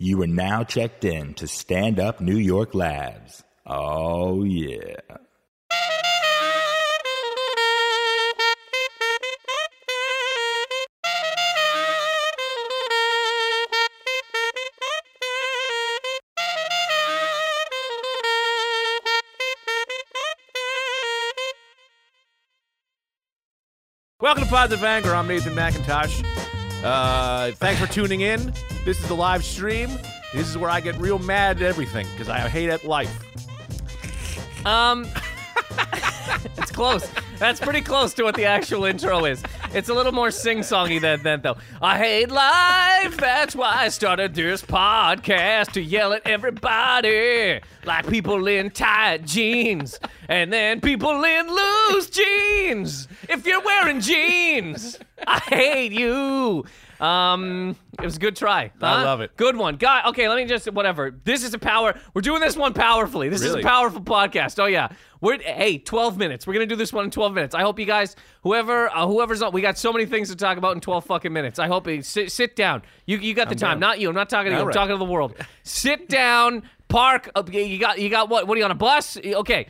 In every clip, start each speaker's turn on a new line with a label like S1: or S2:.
S1: You are now checked in to Stand Up New York Labs. Oh, yeah.
S2: Welcome to Positive Anger. I'm Nathan McIntosh. Uh, thanks for tuning in. This is the live stream. This is where I get real mad at everything because I hate at life.
S3: Um, it's close. That's pretty close to what the actual intro is. It's a little more sing-songy than that, though. I hate life. That's why I started this podcast to yell at everybody, like people in tight jeans, and then people in loose jeans. If you're wearing jeans, I hate you. Um, it was a good try.
S2: I
S3: huh?
S2: love it.
S3: Good one, guy. Okay, let me just whatever. This is a power. We're doing this one powerfully. This
S2: Really?
S3: is a powerful podcast. Oh yeah. We're hey, 12 minutes. We're gonna do this one in 12 minutes. I hope you guys, whoever, uh, whoever's on, we got so many things to talk about in 12 fucking minutes. I hope you sit, sit down. You you got the time. Not you. I'm not talking to you.
S2: All right.
S3: I'm talking to the world. sit down. Park. Uh, You got you got what? What are you on a bus? Okay.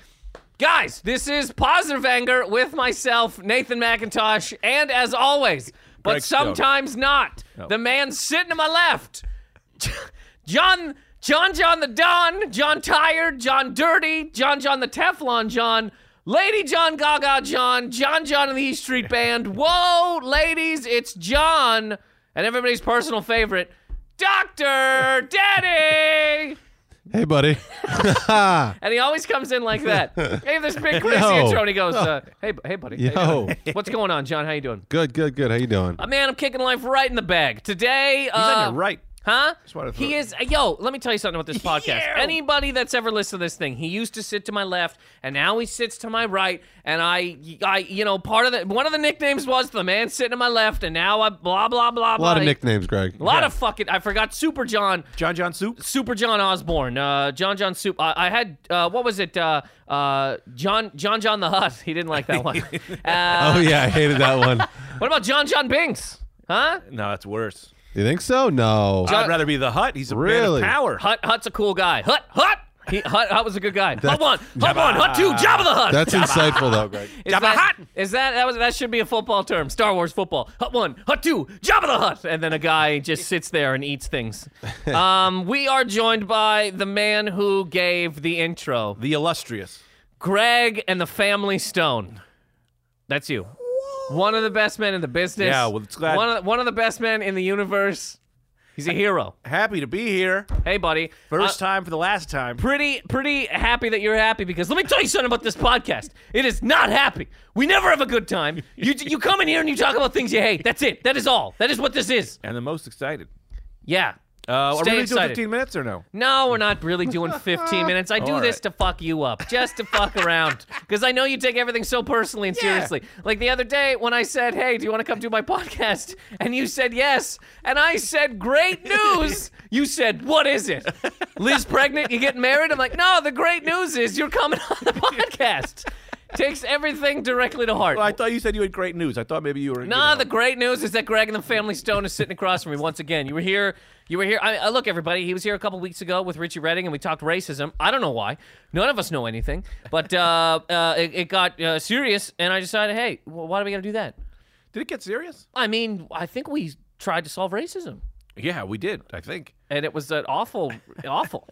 S3: Guys, this is Positive Anger with myself, Nathan McIntosh, and as always, but
S2: Greg Stone.
S3: sometimes not, the man sitting to my left, John, John, John the Don, John Tired, John Dirty, John, John the Teflon, John, Lady John Gaga, John, John, John and the E Street Band. Whoa, ladies, it's John, and everybody's personal favorite, Doctor Daddy.
S4: Hey, buddy.
S3: And he always comes in like that. hey, this big crazy
S4: No.
S3: intro, and he goes, uh, "Hey, bu- hey, buddy. Hey,
S4: Yo.
S3: buddy. what's going on, John? How you doing?
S4: Good, good, good. How you doing?
S3: Uh, man, I'm kicking life right in the bag today.
S2: He's
S3: uh,
S2: on your right.
S3: Huh?
S2: wanted to
S3: He
S2: throw-
S3: is. uh, Yo, let me tell you something about this podcast. Anybody that's ever listened to this thing, he used to sit to my left, and now he sits to my right. And I, I, you know, part of the one of the nicknames was the man sitting to my left, and now I blah blah blah
S4: A
S3: blah.
S4: lot of nicknames, Greg.
S3: A lot of fucking. I forgot Super John.
S2: John John Soup.
S3: Super John Osborne, uh, John John Soup. I, I had uh, what was it? Uh, uh, John John John the Hutt. He didn't like that one. Uh,
S4: Oh yeah, I hated that one.
S3: What about John John Binks? Huh?
S2: No, that's worse.
S4: You think so? No.
S2: I'd rather be the Hut. He's a
S4: Really?
S2: man of power.
S3: Hutt Hutt's a cool guy. Hutt Hutt. He, Hutt, Hutt was a good guy. Hutt one, Hutt one, Hutt two, Jabba the Hutt.
S4: That's insightful though, Greg.
S3: Is
S2: Jabba
S3: that,
S2: Hutt!
S3: is that that was that should be a football term? Star Wars football. Hut one, hut two, Jabba the Hutt, and then a guy just sits there and eats things. Um, we are joined by the man who gave the intro,
S2: The illustrious.
S3: Greg and the Family Stone. That's you. One of the best men in the business.
S2: Yeah, well, it's glad-
S3: One of, one of the best men in the universe. He's a hero.
S2: Happy to be here.
S3: Hey, buddy.
S2: First
S3: Uh,
S2: time for the last time.
S3: Pretty, pretty happy that you're happy because let me tell you something about this podcast. It is not happy. We never have a good time. You, you come in here and you talk about things you hate. That's it. That is all. That is what this is.
S2: And the most excited.
S3: Yeah.
S2: Uh, are we
S3: Stay
S2: really doing
S3: excited.
S2: 15 minutes or no?
S3: No, we're not really doing 15 minutes. I do
S2: All
S3: this
S2: right.
S3: to fuck you up, just to fuck around, because I know you take everything so personally and seriously. Like the other day when I said, "Hey, do you want to come do my podcast?" and you said yes, and I said, "Great news." you said, "What is it?" Liz pregnant? You getting married? I'm like, "No, the great news is you're coming on the podcast." Takes everything directly to heart.
S2: Well, I thought you said you had great news. I thought maybe you were. you
S3: Nah,
S2: know.
S3: the great news is that Greg and the Family Stone is sitting across from me once again. You were here. You were here. I, I look, everybody. He was here a couple weeks ago with Richie Redding, and we talked racism. I don't know why. None of us know anything, but uh, uh, it, it got uh, serious, and I decided, hey, wh- why do we got to do that?
S2: Did it get serious?
S3: I mean, I think we tried to solve racism,
S2: Yeah, we did. I think.
S3: and it was an awful, awful.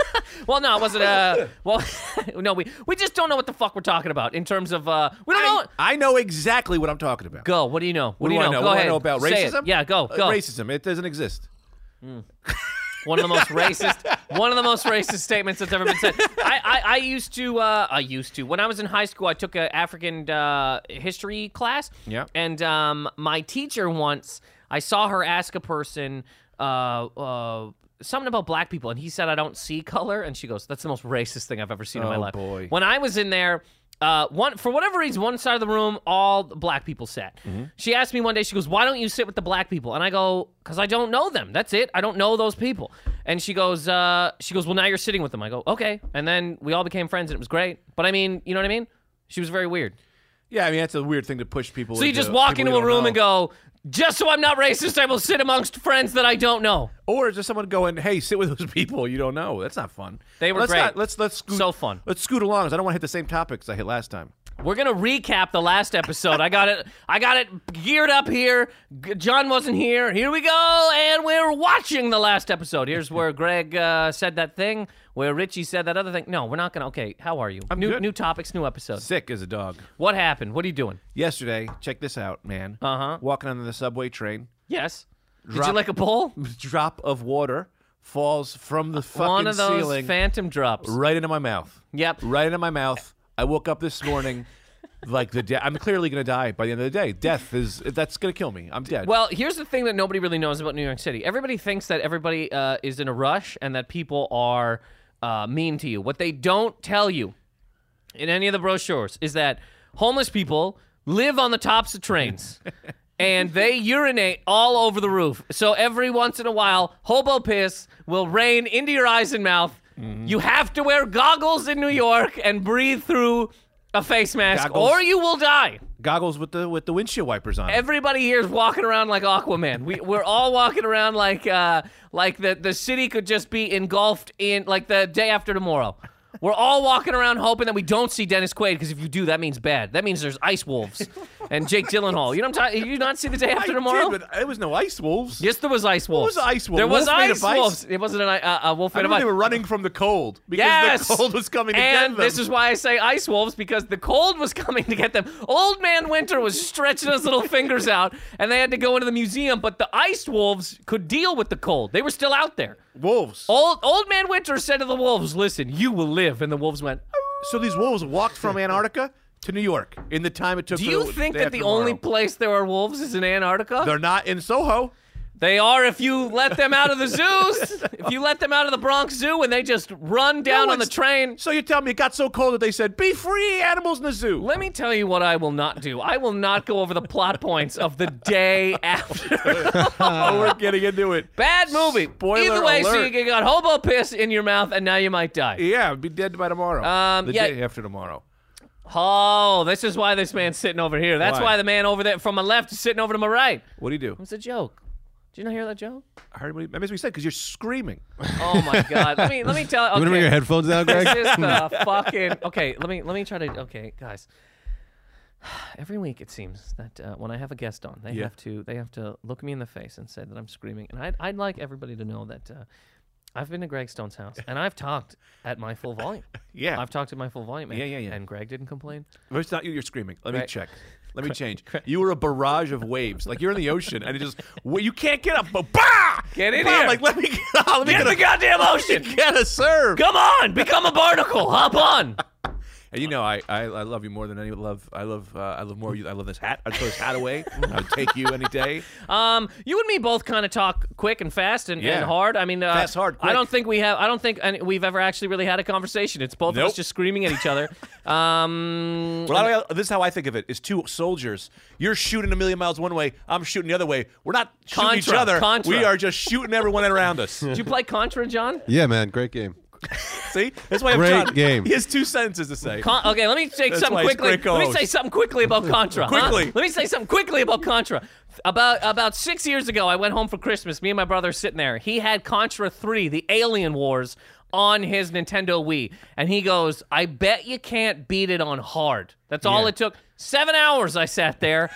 S3: well, no, it wasn't. Uh, well, no, we we just don't know what the fuck we're talking about in terms of uh, we don't
S2: I,
S3: know.
S2: I know exactly what I'm talking about.
S3: Go. What do you know? What,
S2: What
S3: do you
S2: I
S3: know?
S2: know?
S3: Go
S2: What do
S3: ahead.
S2: I know about
S3: Say it.
S2: racism?
S3: Yeah, go,
S2: Uh,
S3: go.
S2: racism. It doesn't exist.
S3: One of the most racist, one of the most racist statements that's ever been said. I, I, I used to, uh, I used to. When I was in high school, I took an African uh, history class.
S2: Yeah.
S3: And um, my teacher once, I saw her ask a person uh, uh, something about black people, and he said, "I don't see color," and she goes, "That's the most racist thing I've ever seen in my
S2: Oh,
S3: life."
S2: boy.
S3: When I was in there. Uh, one for whatever reason, one side of the room, all the black people sat.
S2: Mm-hmm.
S3: She asked me one day, she goes, "Why don't you sit with the black people?" And I go, "Cause I don't know them. That's it. I don't know those people." And she goes, uh, "She goes, well, now you're sitting with them." I go, "Okay." And then we all became friends, and it was great. But I mean, you know what I mean? She was very weird.
S2: Yeah, I mean that's a weird thing to push people.
S3: So you
S2: into
S3: just walk
S2: people
S3: into
S2: you
S3: a
S2: don't
S3: room
S2: know.
S3: and go, Just so I'm not racist, I will sit amongst friends that I don't know.
S2: Or is there someone going, "Hey, sit with those people you don't know"? That's not fun.
S3: They were
S2: let's
S3: great.
S2: Not, let's let's scoot,
S3: So fun.
S2: Let's scoot along. 'cause I don't want to hit the same topics I hit last time.
S3: We're gonna recap the last episode. I got it. I got it geared up here. G- John wasn't here. Here we go, and we're watching the last episode. Here's where Greg uh, said that thing, where Richie said that other thing. No, we're not gonna. Okay, how are you? new
S2: good.
S3: new topics, new episodes.
S2: Sick as a dog.
S3: What happened? What are you doing?
S2: Yesterday, check this out, man. Uh
S3: Uh-huh.
S2: Walking on the subway train,
S3: Yes. Did you
S2: Drop-
S3: like a bowl?
S2: drop of water falls from the fucking
S3: One of those
S2: ceiling
S3: phantom drops.
S2: right into my mouth.
S3: Yep.
S2: Right into my mouth. I woke up this morning. Like the de- I'm clearly gonna die by the end of the day. Death is that's gonna kill me. I'm dead.
S3: Well, here's the thing that nobody really knows about New York City. Everybody thinks that everybody uh, is in a rush and that people are uh, mean to you. What they don't tell you in any of the brochures is that homeless people live on the tops of trains. And they urinate all over the roof. So every once in a while, hobo piss will rain into your eyes and mouth. You have to wear goggles in New York and breathe through a face mask,
S2: Goggles.
S3: or you will die.
S2: Goggles with the with the windshield wipers on.
S3: Everybody here is walking around like Aquaman. We we're all walking around like uh like the the city could just be engulfed in like the day after tomorrow. We're all walking around hoping that we don't see Dennis Quaid because if you do, that means bad. That means there's ice wolves and Jake Gyllenhaal. You know what I'm talking? You not see the day
S2: I
S3: after
S2: did,
S3: tomorrow?
S2: but there was no ice wolves.
S3: yes, there was ice wolves.
S2: was ice wolf?
S3: There was
S2: Wolf made
S3: ice
S2: of ice?
S3: wolves. It wasn't an, i- uh, a wolf
S2: I
S3: made of
S2: remember
S3: ice.
S2: they were running from the cold because
S3: Yes,
S2: the cold was coming to
S3: and
S2: get them.
S3: this is why I say ice wolves because the cold was coming to get them. Old Man Winter was stretching his little fingers out, and they had to go into the museum. But the ice wolves could deal with the cold; they were still out there.
S2: wolves.
S3: Old Old Man Winter said to the wolves, "Listen, you will live." And the wolves went.
S2: So these wolves walked from Antarctica to New York in the time it took.
S3: Do
S2: for
S3: you
S2: the
S3: think
S2: day
S3: that
S2: after
S3: the only
S2: tomorrow.
S3: place there are wolves is in Antarctica?
S2: they're not in Soho?
S3: They are if you let them out of the zoos. if you let them out of the Bronx Zoo and they just run down
S2: No,
S3: on the
S2: it's-
S3: train.
S2: So you tell me it got so cold that they said, "Be free, animals in the zoo."
S3: Let me tell you what I will not do. I will not go over the plot points of the day after.
S2: oh, we're getting into it.
S3: Bad movie.
S2: Spoiler
S3: Either way, so
S2: alert.
S3: you got hobo piss in your mouth and now you might die.
S2: Yeah, I'd be dead by tomorrow.
S3: Um,
S2: the
S3: yeah.
S2: day after tomorrow.
S3: Oh, this is why this man's sitting over here. That's why,
S2: Why?
S3: the man over there from my left is sitting over to my right.
S2: What do you do?
S3: It's a joke. Did you not hear that joke?
S2: I heard what you, that's what you said because you're screaming.
S3: Oh my god. Let me let me tell okay.
S4: You want to bring your headphones down, Greg?
S3: This is the fucking okay. Let me let me try to okay, guys. Every week it seems that uh, when I have a guest on, they
S2: Yeah.
S3: have to they have to look me in the face and say that I'm screaming. And I'd I'd like everybody to know that uh, I've been to Greg Stone's house and I've talked at my full volume.
S2: Yeah.
S3: I've talked at my full volume. and-
S2: Yeah, yeah, yeah.
S3: And Greg didn't complain.
S2: No, it's not you. You're screaming. Let me
S3: Right.
S2: check. Let me change. You were a barrage of waves. Like you're in the ocean, and it just well, you can't get up. But bah!
S3: Get in
S2: Bah!
S3: here.
S2: Like let me get out. Let me
S3: Get
S2: get,
S3: the
S2: a,
S3: goddamn ocean.
S2: get a serve.
S3: Come on, become a barnacle. Hop on.
S2: And you know, I, I, I love you more than any love. I love uh, I love more you. I love this hat. I'd throw this hat away. I'd take you any day.
S3: Um, you and me both kind of talk quick and fast and,
S2: Yeah.
S3: and hard. I mean, uh,
S2: Fast, hard,
S3: I
S2: quick.
S3: don't think we have. I don't think any, we've ever actually really had a conversation. It's both of us
S2: Nope.
S3: just screaming at each other. Um,
S2: Well, I, this is how I think of it: is two soldiers. You're shooting a million miles one way. I'm shooting the other way. We're not shooting each
S3: Contra,
S2: other.
S3: contra.
S2: We are just shooting everyone around us.
S3: did you play Contra, John?
S4: yeah, man. Great game.
S2: See, that's why I'm
S4: Great
S2: trying-
S4: game.
S2: He has two sentences to say.
S3: Con- okay, let me say
S2: That's
S3: something
S2: why it's
S3: quickly.
S2: great
S3: Let me
S2: co-host.
S3: say something quickly about Contra. huh?
S2: Quickly.
S3: Let me say something quickly about Contra. About about six years ago, I went home for Christmas. Me and my brother were sitting there. He had Contra Three: The Alien Wars on his Nintendo Wii, and he goes, "I bet you can't beat it on hard." That's all it took. Seven hours I sat there,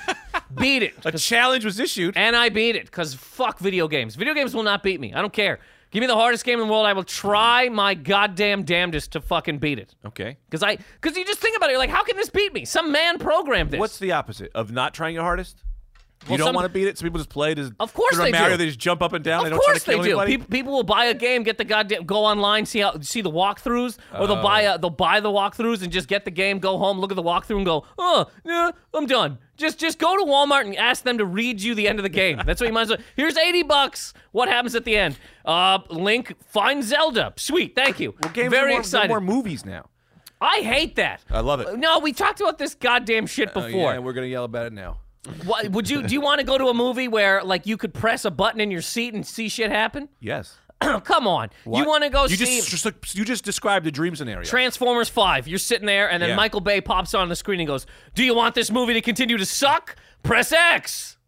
S3: beat it,
S2: a challenge was issued.
S3: and I beat it. Cause fuck video games. Video games will not beat me. I don't care. Give me the hardest game in the world. I will try my goddamn damnedest to fucking beat it.
S2: Okay.
S3: Because I, because you just think about it, you're like, how can this beat me? Some man programmed this.
S2: What's the opposite of not trying your hardest?
S3: Well,
S2: you don't
S3: some-
S2: want to beat it, so people just play it as
S3: Of course
S2: they're a
S3: they
S2: Mario,
S3: do.
S2: They just jump up and down. they
S3: of
S2: don't try
S3: course
S2: to kill
S3: they do.
S2: anybody.
S3: People, people will buy a game, get the goddamn, go online, see how, see the walkthroughs, or they'll buy a, they'll buy the walkthroughs and just get the game, go home, look at the walkthrough, and go, oh, yeah, I'm done. Just just go to Walmart and ask them to read you the end of the game. That's what you might as well. Here's eighty bucks. What happens at the end? Uh, Link finds Zelda. Sweet, thank you.
S2: Well, games are
S3: Very
S2: more,
S3: excited.
S2: More movies now.
S3: I hate that.
S2: I love it.
S3: No, we talked about this goddamn shit
S2: Oh,
S3: before.
S2: yeah, we're gonna yell about it now.
S3: Why, would you? Do you want to go to a movie where like you could press a button in your seat and see shit happen?
S2: Yes.
S3: Come on, you
S2: What?
S3: want to go
S2: You
S3: see
S2: just, just you just described the dream scenario.
S3: Transformers Five? You're sitting there, and then
S2: Yeah.
S3: Michael Bay pops on the screen and goes, "Do you want this movie to continue to suck? Press X."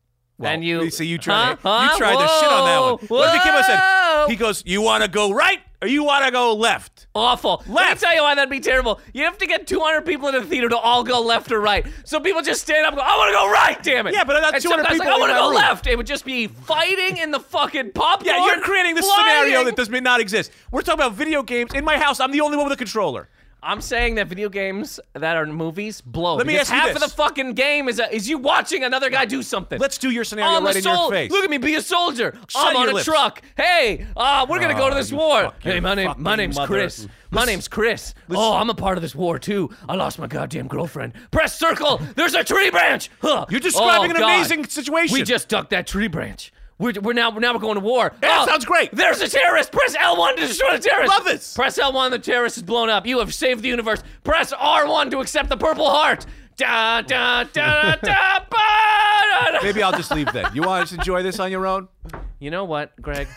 S3: and you
S2: see you tried
S3: Huh?
S2: to,
S3: Huh?
S2: you tried to shit on that one.
S3: Whoa!
S2: What did Kimbo said?
S3: Whoa!
S2: He goes, "You want to go right or you want to go left?"
S3: awful. Let me
S2: Left.
S3: tell you why that'd be terrible. You have to get 200 people in the theater to all go left or right. So people just stand up and go, I want to go right, damn it.
S2: Yeah, but I got
S3: And some
S2: 200
S3: guy's
S2: people
S3: like, I
S2: in
S3: want to
S2: my
S3: go
S2: room.
S3: left. It would just be fighting in the fucking popcorn.
S2: Yeah, you're creating this scenario
S3: flying.
S2: that does not exist. We're talking about video games. In my house, I'm the only one with a controller.
S3: I'm saying that video games that are movies blow.
S2: Let me
S3: because
S2: ask you
S3: half
S2: this.
S3: of the fucking game is, uh, is you watching another guy do something.
S2: Let's do your scenario
S3: I'm
S2: right
S3: a
S2: in
S3: sol-
S2: your face.
S3: Look at me, be a soldier.
S2: Shut
S3: I'm on
S2: your
S3: a
S2: lips. Oh,
S3: truck. Hey, uh, we're gonna go to this
S2: you
S3: war.
S2: fucking
S3: Hey, my name, my
S2: fucking
S3: name's
S2: mother.
S3: Chris. My name's Chris. Oh, I'm a part of this war too. I lost my goddamn girlfriend. Press circle. There's a tree branch. Huh.
S2: You're describing
S3: Oh,
S2: an
S3: God.
S2: amazing situation.
S3: We just ducked that tree branch. We're, we're now now we're going to war.
S2: Yeah,
S3: Oh,
S2: sounds great.
S3: There's a terrorist. Press L1 to destroy the terrorist.
S2: Love this.
S3: Press L1. The terrorist is blown up. You have saved the universe. Press R1 to accept the Purple Heart. Da da da da da. ba, da, da.
S2: Maybe I'll just leave then. You want to just enjoy this on your own?
S3: You know what, Greg?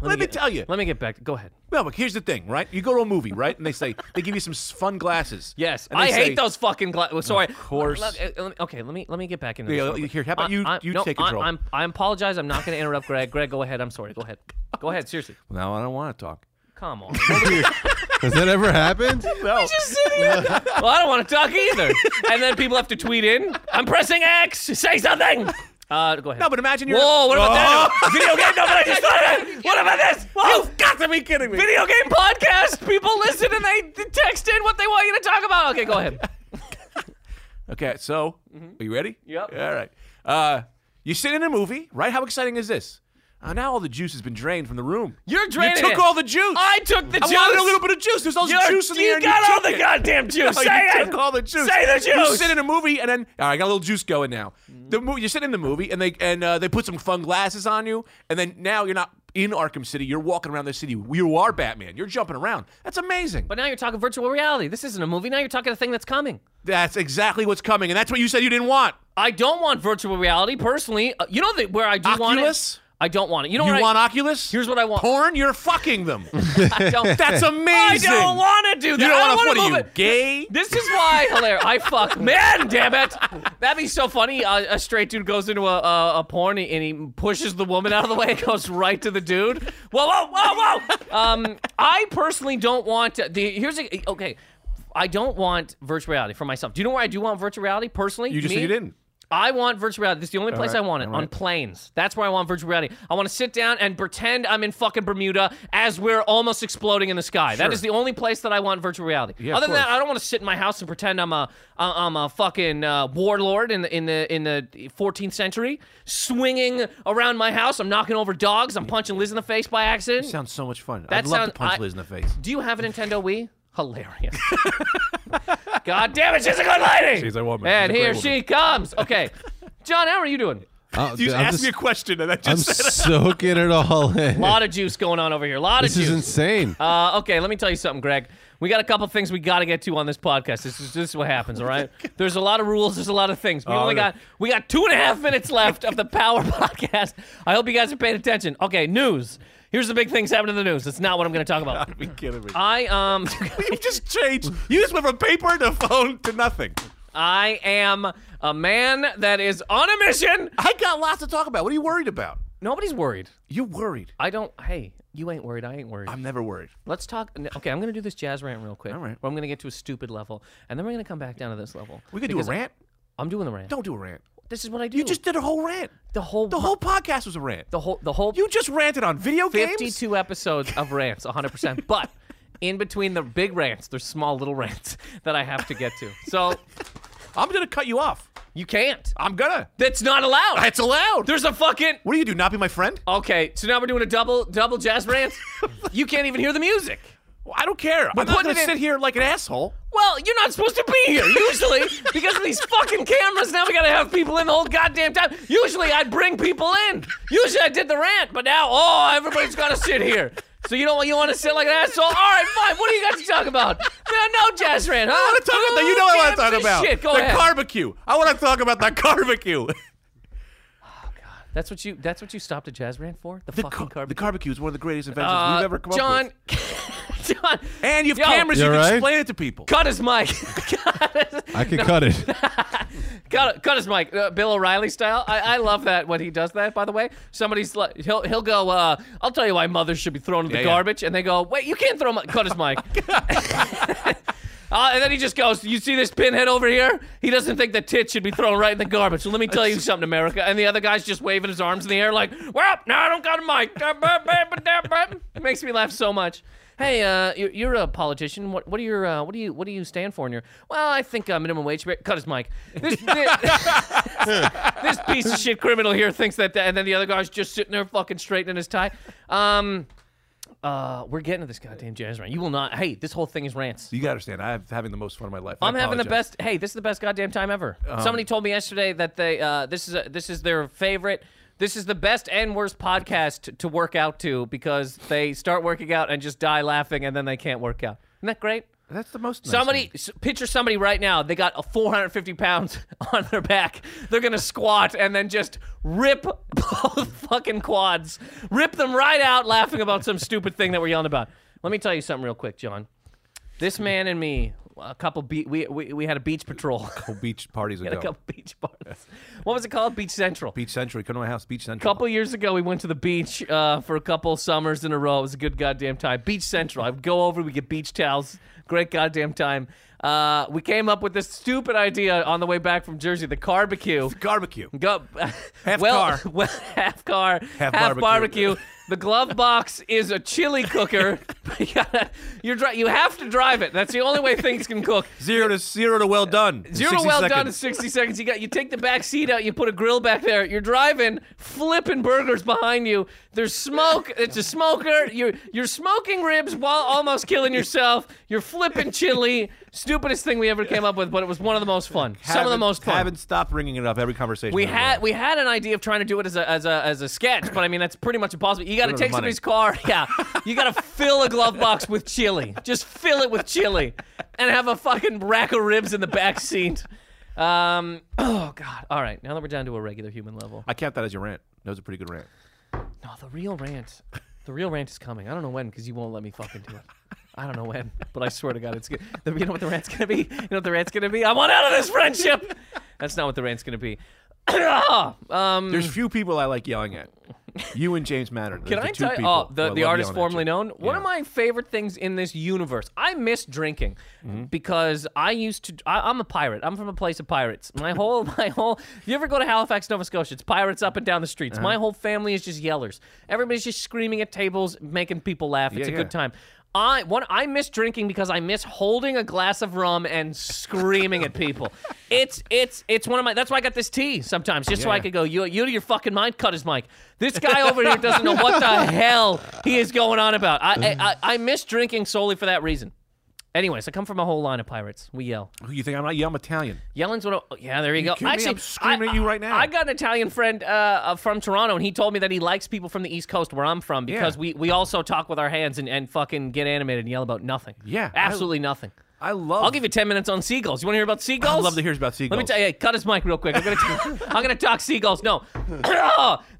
S2: Let, me
S3: get-
S2: tell you.
S3: Let me get back. Go ahead.
S2: No, but here's the thing, right? You go to a movie, right? And they say they give you some s- fun glasses.
S3: Yes,
S2: And they
S3: I
S2: say-
S3: hate those fucking glasses. sorry. Of
S2: course.
S3: okay, let me let me get back into
S2: Yeah,
S3: this. real quick.
S2: here, how about you-
S3: I, I,
S2: you
S3: no,
S2: take
S3: I-
S2: control.
S3: I'm, I apologize. I'm not going to interrupt Greg. Greg, go ahead. I'm sorry. Go ahead. Go ahead. Seriously.
S2: No, I don't want to talk.
S3: Come on.
S4: Has that ever happened?
S2: No.
S3: well, I don't want to talk either. And then people have to tweet in. I'm pressing X. Say something. Uh, go ahead.
S2: No, but imagine you're. Oh.
S3: Whoa! What about that? Video game? No, but I just thought of it. What about this? Whoa!
S2: You've got to be kidding me.
S3: Video game podcast. People listen and they text in what they want you to talk about. Okay, go ahead.
S2: Okay, so are you ready?
S3: Mm-hmm. Yep.
S2: All right. Uh, you sit in a movie, right? How exciting is this? Uh, now all the juice has been drained from the room.
S3: You're draining
S2: You took
S3: it.
S2: all the juice.
S3: I took the
S2: I
S3: juice.
S2: wanted a little bit of juice. There's all the
S3: You're-
S2: juice in the
S3: you
S2: air. and
S3: got all
S2: took
S3: the
S2: it.
S3: goddamn juice.
S2: No,
S3: Say
S2: you
S3: it.
S2: took all the juice.
S3: Say the
S2: You
S3: juice. Mm-hmm.
S2: sit in a movie and then all right, I got a little juice going now. The movie, you sit in the movie and they and uh, they put some fun glasses on you, and then now you're not in Arkham City. You're walking around the city. You are Batman. You're jumping around. That's amazing.
S3: But now you're talking virtual reality. This isn't a movie. Now you're talking a thing that's coming.
S2: that's exactly what's coming, and that's what you said you didn't want.
S3: I don't want virtual reality personally. Uh, you know that where I do want it.
S2: Oculus?
S3: I don't want it. You know
S2: You
S3: what I-
S2: want Oculus?
S3: Here's what I want.
S2: Porn? You're fucking them.
S3: I don't.
S2: That's
S3: I
S2: amazing.
S3: don't want to do
S2: You
S3: that. I
S2: don't
S3: don't
S2: want
S3: want
S2: to. What
S3: move
S2: are you
S3: it.
S2: gay?
S3: This is why hilarious. I fuck man, damn it. That'd be so funny. A, a straight dude goes into a, a, a porn and he pushes the woman out of the way. and goes right to the dude. Whoa, whoa, whoa, whoa. Um, I personally don't want to, the. Here's a okay. I don't want virtual reality for myself. Do you know where I do want virtual reality personally?
S2: You just
S3: Me?
S2: said you didn't.
S3: I want virtual reality. This is the only place
S4: right,
S3: I want it
S4: all
S3: on
S4: right.
S3: planes. That's where I want virtual reality. I want to sit down and pretend I'm in fucking Bermuda as we're almost exploding in the sky. That is the only place that I want virtual reality.
S2: Yeah, of
S3: Other than that,
S2: course.
S3: I don't want to sit in my house and pretend I'm a I- I'm a fucking uh, warlord in the in the in the 14th century, swinging around my house. I'm knocking over dogs. I'm punching Liz in the face by accident.
S2: Sounds so much fun.
S3: That
S2: I'd love
S3: sound-
S2: to punch
S3: I-
S2: Liz in the face.
S3: Do you have a Nintendo Wii? Hilarious. God damn it, she's a good lady.
S2: She's a woman.
S3: And
S2: She's a
S3: here
S2: great
S3: she comes. Okay, John, how are you doing?
S4: Uh,
S2: You just
S4: I'm
S2: asked
S4: just-
S2: me a question and I just
S4: I'm
S2: said
S4: soaking it all in.
S3: A lot of juice going on over here. A lot of
S4: This is
S3: juice.
S4: insane.
S3: Uh, okay, let me tell you something, Greg. We got a couple things we got to get to on this podcast. This is this is what happens, all right? There's a lot of rules. There's a lot of things. We only
S2: no.
S3: got we got two and a half minutes left of the Power Podcast. I hope you guys are paying attention. Okay, news. Here's the big things happening in the news. It's not what I'm going to talk about.
S2: Are you kidding me?
S3: I um.
S2: you just changed. You just went from paper to phone to nothing.
S3: I am a man that is on a mission.
S2: I got lots to talk about. What are you worried about?
S3: Nobody's worried.
S2: You worried?
S3: I don't. Hey, you ain't worried. I ain't worried.
S2: I'm never worried.
S3: Let's talk. n- Okay, I'm gonna do this jazz rant real quick.
S2: All right.
S3: Where I'm gonna get to a stupid level, and then we're gonna come back down to this level.
S2: We could
S3: Because
S2: do a rant.
S3: I'm doing the rant.
S2: Don't do a rant.
S3: This is what I do.
S2: You just did a whole rant.
S3: the whole
S2: The whole podcast was a rant.
S3: the whole the whole
S2: You just ranted on video games.
S3: 52 episodes of rants, 100. percent But in between the big rants, there's small little rants that I have to get to. So
S2: I'm gonna cut you off.
S3: you can't.
S2: I'm gonna.
S3: That's not allowed.
S2: That's allowed.
S3: There's a fucking.
S2: What do you do? Not be my friend?
S3: Okay, so now we're doing a double double jazz rant. you can't even hear the music.
S2: Well, I don't care. I'm not
S3: putting
S2: gonna
S3: it in-
S2: sit here like an asshole.
S3: Well, you're not supposed to be here usually because of these fucking cameras. Now we gotta have people in the whole goddamn time. Usually I'd bring people in. Usually I did the rant, but now oh everybody's gotta sit here. So you don't want you want to sit like an asshole? All right, fine. What do you got to talk about? No, no jazz rant. Huh?
S2: I want to talk about that. You know what I want to
S3: Who
S2: talk
S3: gives a
S2: about.
S3: Shit, go
S2: the
S3: ahead.
S2: barbecue. I want to talk about the barbecue.
S3: That's what you. That's what you stopped a jazz rant for. The, fucking car.
S2: the barbecue is one of the greatest inventions
S3: Uh,
S2: we've ever come up
S3: John.
S2: with.
S3: John.
S2: And you have
S3: Yo,
S2: cameras. You
S4: You're
S2: can
S4: right.
S2: explain it to people.
S3: Cut his mic. Cut his-
S4: I could cut it.
S3: Cut, cut his mic, uh, Bill O'Reilly style. I, I love that when he does that. By the way, somebody's like, he'll he'll go. Uh, I'll tell you why mothers should be thrown in the
S2: Yeah, yeah.
S3: garbage, and they go, wait, you can't throw. My-. Cut his mic. Uh, and then he just goes, "You see this pinhead over here? He doesn't think the tit should be thrown right in the garbage. So let me tell you something, America." And the other guy's just waving his arms in the air like, "Well, no, I don't got a mic." It makes me laugh so much. Hey, uh, you- you're a politician. What, what are your, uh, what do you, what do you stand for in your? Well, I think uh, minimum wage. Cut his mic. This, this, this piece of shit criminal here thinks that, and then the other guy's just sitting there fucking straightening his tie. Um, uh, we're getting to this goddamn jazz rant. You will not. Hey, this whole thing is rants.
S2: You gotta understand, I'm having the most fun of my life. I
S3: I'm having the
S2: apologize. Um,
S3: best. Hey, this is the best goddamn time ever. Somebody told me yesterday that they uh, this is a, this is their favorite. This is the best and worst podcast to work out to because they start working out and just die laughing and then they can't work out. Isn't that great?
S2: That's the most. nice
S3: Somebody s picture somebody right now. They got a 450 pounds on their back. They're gonna squat and then just rip both fucking quads, rip them right out, laughing about some stupid thing that we're yelling about. Let me tell you something real quick, John. This man and me, a couple be- we, we we had a beach patrol.
S2: thing. Oh, beach parties
S3: had a
S2: ago.
S3: couple beach parties. What was it called? Beach Central.
S2: Beach Century. Come to my house. Beach Central.
S3: couple years ago, we went to the beach uh, for a couple summers in a row. It was a good goddamn time. Beach Central. I would go over, we get beach towels. Great goddamn time. Uh, we came up with this stupid idea on the way back from Jersey, the barbecue.
S2: barbecue.
S3: Go, half
S2: car.
S3: well, half car, half,
S2: barbecue.
S3: barbecue. The glove box is a chili cooker. you, gotta, you're dri- you have to drive it. That's the only way things can cook.
S2: Zero to zero to well done. in
S3: Zero
S2: 60
S3: well
S2: seconds.
S3: done in 60 seconds. You got you take the back seat out, you put a grill back there. You're driving, flipping burgers behind you. There's smoke. It's a smoker. You're you're smoking ribs while almost killing yourself. You're flipping chili. Stupidest thing we ever came up with, but it was one of the most fun. Some of the
S2: Haven't-
S3: most fun.
S2: Haven't stopped bringing it up every conversation.
S3: We
S2: I've
S3: had we had an idea of trying to do it as a as a as a sketch, but I mean that's pretty much impossible. You got to
S2: Little
S3: take
S2: money.
S3: somebody's car, yeah. You got to fill a glove box with chili. Just fill it with chili, and have a fucking rack of ribs in the back seat. Um. Oh God. All right. Now that we're down to a regular human level.
S2: I count that as your rant. That was a pretty good rant.
S3: No, the real rant. The real rant is coming. I don't know when because you won't let me fucking do it. I don't know when, but I swear to God, it's good. The, you know what the rant's gonna be? You know what the rant's gonna be? I want out of this friendship. That's not what the rant's gonna be. um.
S2: There's few people I like yelling at. You and James Matter.
S3: Can I tell you? Oh, the, the artist formerly known. One of my favorite things in this universe. I miss drinking because I used to. I, I'm a pirate. I'm from a place of pirates. My whole, my whole. You ever go to Halifax, Nova Scotia? It's pirates up and down the streets. My whole family is just yellers. Everybody's just screaming at tables, making people laugh. It's
S2: Yeah, yeah.
S3: a good time. I one I miss drinking because I miss holding a glass of rum and screaming at people. It's it's it's one of my that's why I got this tea sometimes just so I
S2: yeah.
S3: could go you you to your fucking mind cut his mic. This guy over here doesn't know what the hell he is going on about. I I, I I miss drinking solely for that reason. Anyways, I come from a whole line of pirates. We yell.
S2: Who you think I'm not? Yeah, I'm Italian.
S3: Yelling's what. I, yeah, there you, go.
S2: kidding me? I'm screaming at you right now.
S3: I got an Italian friend uh, uh, from Toronto, and he told me that he likes people from the East Coast, where I'm from, because
S2: Yeah.
S3: we, we also talk with our hands and, and fucking get animated and yell about nothing.
S2: Yeah, I-
S3: absolutely nothing.
S2: I love.
S3: I'll give you ten minutes on seagulls. You want to hear about seagulls?
S2: I'd love to hear about seagulls.
S3: Let me tell you, hey, cut his mic real quick. I'm gonna, t- I'm gonna talk seagulls. No,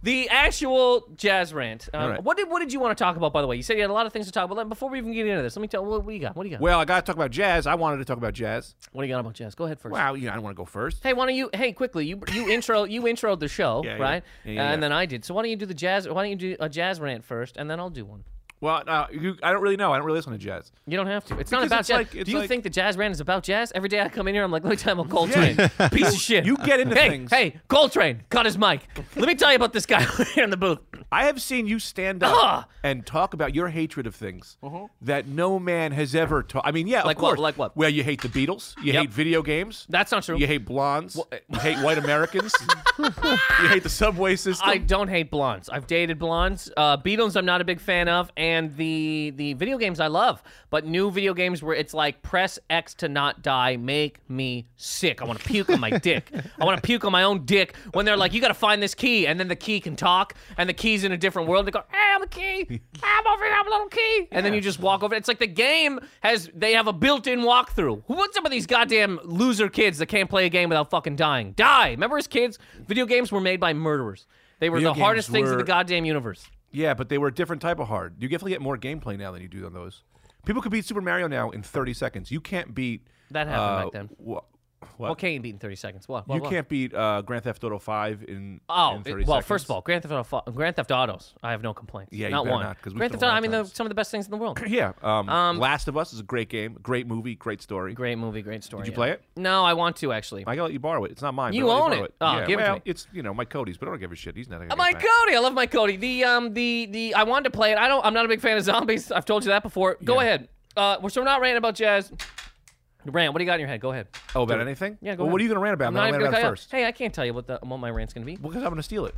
S3: the actual jazz rant. Um,
S2: All right.
S3: What did what did you want to talk about? By the way, you said you had a lot of things to talk about. Let- Before we even get into this, let me tell. What, what do you got? What do you got?
S2: Well, I got to talk about jazz. I wanted to talk about jazz.
S3: what do you got about jazz? Go ahead first.
S2: Wow, you know, I don't want to go first.
S3: Hey, why don't you? Hey, quickly, you you intro you introed the show,
S2: Yeah, yeah.
S3: right?
S2: Yeah, yeah,
S3: And
S2: yeah.
S3: then I did. So why don't you do the jazz? Why don't you do a jazz rant first, and then I'll do one.
S2: Well, uh, you, I don't really know. I don't really listen to jazz.
S3: You don't have to. It's not
S2: Because
S3: about
S2: it's
S3: jazz.
S2: like- it's
S3: do you
S2: like-
S3: think the jazz rant is about jazz? Every day I come in here, I'm like, let me tell you about Coltrane. Piece of shit.
S2: You get into
S3: hey,
S2: things.
S3: Hey, Coltrane, cut his mic. Let me tell you about this guy over here in the booth.
S2: I have seen you stand up
S3: Ah!
S2: and talk about your hatred of things that no man has ever taught. I mean, yeah,
S3: Mm-hmm. Like
S2: of
S3: what?
S2: course.
S3: Like what?
S2: Well, you hate the Beatles. You
S3: Yep.
S2: hate video games.
S3: That's not true.
S2: You hate blondes. you hate white Americans. you hate the subway system.
S3: I don't hate blondes. I've dated blondes. Uh, Beatles, I'm not a big fan of, and the the video games I love, but new video games where it's like press X to not die make me sick. I want to puke on my dick. I want to puke on my own dick when they're like, you got to find this key, and then the key can talk, and the key's in a different world. They go, hey, I'm a key. I'm over here. I'm a little key, and then you just walk over. It's like the game has they have a built-in walkthrough. Who wants some of these goddamn loser kids that can't play a game without fucking dying? Die. Remember as kids, video games were made by murderers. They were
S2: Video
S3: the hardest
S2: games
S3: things in the
S2: were-
S3: goddamn universe.
S2: yeah, but they were a different type of hard. You definitely get more gameplay now than you do on those. People could beat Super Mario now in 30 seconds. You can't beat.
S3: That happened back then.
S2: wha- What?
S3: Well, can you beat in 30 seconds? What? what
S2: you
S3: what?
S2: can't beat uh, Grand Theft Auto Five in.
S3: Oh,
S2: in
S3: it-
S2: 30
S3: well,
S2: seconds.
S3: first of all, Grand Theft Auto, Fi- Grand Theft Autos, I have no complaints.
S2: Yeah, you
S3: not
S2: better
S3: one.
S2: not, 'cause we
S3: Grand
S2: spent
S3: Theft
S2: a
S3: Auto,
S2: lot
S3: I
S2: of
S3: mean, the,
S2: times.
S3: some of the best things in the world.
S2: yeah. Um,
S3: Um,
S2: Last of Us is a great game, great movie, great story.
S3: Great movie, great story.
S2: Did you
S3: yeah.
S2: play it?
S3: No, I want to actually.
S2: I gotta let you borrow it. It's not mine. but
S3: You
S2: I'll let
S3: own
S2: borrow
S3: it. Oh,
S2: yeah,
S3: give it to
S2: well,
S3: me. Oh
S2: it's you know my Cody's, but I don't give a shit. He's not. gonna
S3: I
S2: get
S3: like
S2: back.
S3: Cody. I love Mike Cody. The um the the I wanted to play it. I don't. I'm not a big fan of zombies. I've told you that before. Go
S2: Yeah.
S3: ahead. Uh, we're so we're not ranting about jazz. Rant. What do you got in your head? Go ahead.
S2: Oh, about anything?
S3: Yeah, go
S2: Well,
S3: ahead.
S2: what are you gonna rant about?
S3: not
S2: I'm
S3: even
S2: gonna rant
S3: gonna
S2: about
S3: tell you-
S2: first.
S3: Hey, I can't tell you what the what my rant's gonna be.
S2: Well, because I'm gonna steal it.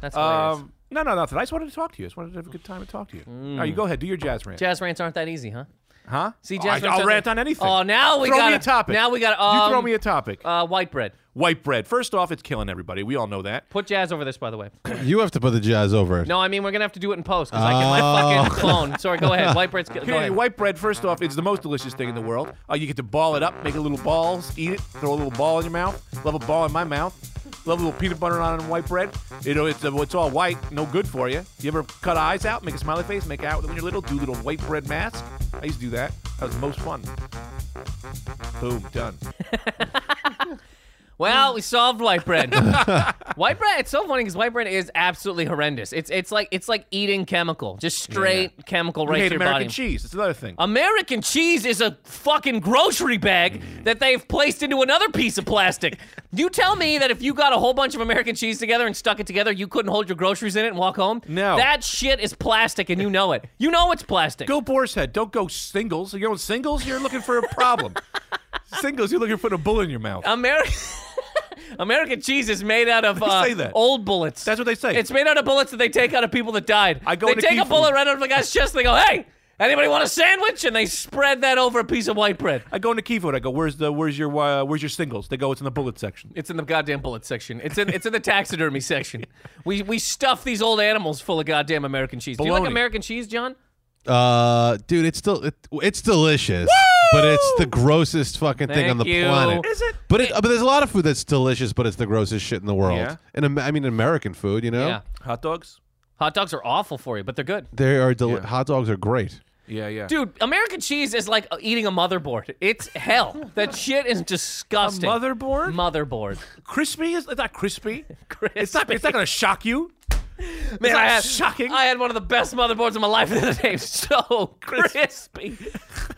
S3: That's hilarious. Mm.
S2: Um, no, no, nothing. I just wanted to talk to you. I just wanted to have a good time and talk to you. All right, you go ahead. Do your jazz rant.
S3: Jazz rants aren't that easy, huh?
S2: huh?
S3: See,
S2: Oh,
S3: jazz
S2: I,
S3: rants
S2: will
S3: aren't
S2: rant
S3: that-
S2: on anything.
S3: Oh, now we
S2: throw
S3: got
S2: me a topic.
S3: Now we got.
S2: you
S3: Um,
S2: throw me a topic.
S3: uh, white bread.
S2: White bread. First off, it's killing everybody. We all know that.
S3: Put jazz over this, by the way.
S4: You have to put the jazz over it.
S3: No, I mean we're gonna have to do it in post because I get my
S4: Oh.
S3: fucking clone. Sorry, go ahead. White bread's go
S2: Here,
S3: ahead.
S2: white bread. First off, it's the most delicious thing in the world. Uh, you get to ball it up, make it little balls, eat it, throw a little ball in your mouth. Love a ball in my mouth. Love a little peanut butter on it and white bread. You know, it's uh, it's all white, no good for you. You ever cut eyes out, make a smiley face, make out when you're little, do little white bread mask. I used to do that. That was the most fun. Boom, done.
S3: Well, we solved white bread. white bread. It's so funny because white bread is absolutely horrendous. It's it's like it's like eating chemical, just straight chemical right
S2: hate
S3: to your
S2: American
S3: body.
S2: cheese. It's another thing.
S3: American cheese is a fucking grocery bag
S2: Mm.
S3: that they've placed into another piece of plastic. you tell me that if you got a whole bunch of American cheese together and stuck it together, you couldn't hold your groceries in it and walk home?
S2: No.
S3: That shit is plastic and you know it. You know it's plastic.
S2: Go boar's head. Don't go singles. You're going singles. You're looking for a problem. singles. You're looking for a bull in your mouth.
S3: Ameri- American cheese is made out of uh,
S2: say that.
S3: old bullets.
S2: That's what they say.
S3: It's made out of bullets that they take out of people that died.
S2: I go
S3: they
S2: into
S3: take a
S2: Key
S3: bullet
S2: Food.
S3: right out of a guy's chest. And they go, "Hey, anybody want a sandwich?" And they spread that over a piece of white bread.
S2: I go into Key Food. I go, where's the where's your uh, where's your singles? They go, it's in the bullet section.
S3: It's in the goddamn bullet section. It's in it's in the taxidermy section. We we stuff these old animals full of goddamn American cheese. Do you like
S2: Baloney.
S3: American cheese, John?
S4: Uh, dude, it's still it, it's delicious, but it's the grossest fucking thing on
S3: Thank
S4: the
S3: you.
S4: planet.
S3: Is
S2: it?
S4: But it, uh, but there's a lot of food that's delicious, but it's the grossest shit in the world.
S2: Yeah.
S4: And Am- I mean American food, you know.
S3: Yeah.
S2: Hot dogs.
S3: Hot dogs are awful for you, but they're good.
S4: They are deli-
S2: Yeah.
S4: hot dogs are great.
S2: Yeah, yeah.
S3: Dude, American cheese is like eating a motherboard. It's hell. That shit is disgusting.
S2: motherboard.
S3: Motherboard.
S2: crispy is it's not crispy. It's not. It's not gonna shock you.
S3: Man,
S2: It's not
S3: I had,
S2: shocking.
S3: I had one of the best motherboards of my life the other day. So crispy.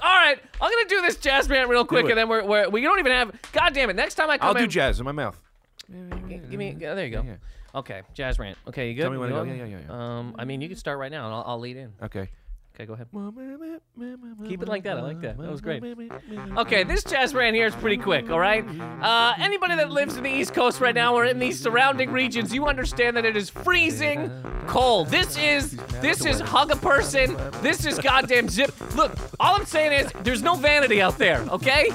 S3: All right, I'm gonna do this jazz rant real quick,
S2: it.
S3: and then we're, we're we don't even have. God damn it! Next time I come
S2: I'll do
S3: in,
S2: jazz in my mouth.
S3: give me. oh, there you go. Okay, jazz rant. Okay, you good?
S2: Tell me when
S3: You
S2: to go.
S3: good?
S2: Yeah, yeah, yeah,
S3: Um, I mean, you can start right now, and I'll, I'll lead in.
S2: Okay.
S3: Okay, go ahead.
S2: Keep
S3: it like that. I like that. That was great.
S2: It's
S3: Okay, this jazz rant here is pretty quick, all right? Uh, anybody that lives in the East Coast right now or in these surrounding regions, you understand that it is freezing cold. This is this is hug a person. This is goddamn zip. Look, all I'm saying is there's no vanity out there, okay?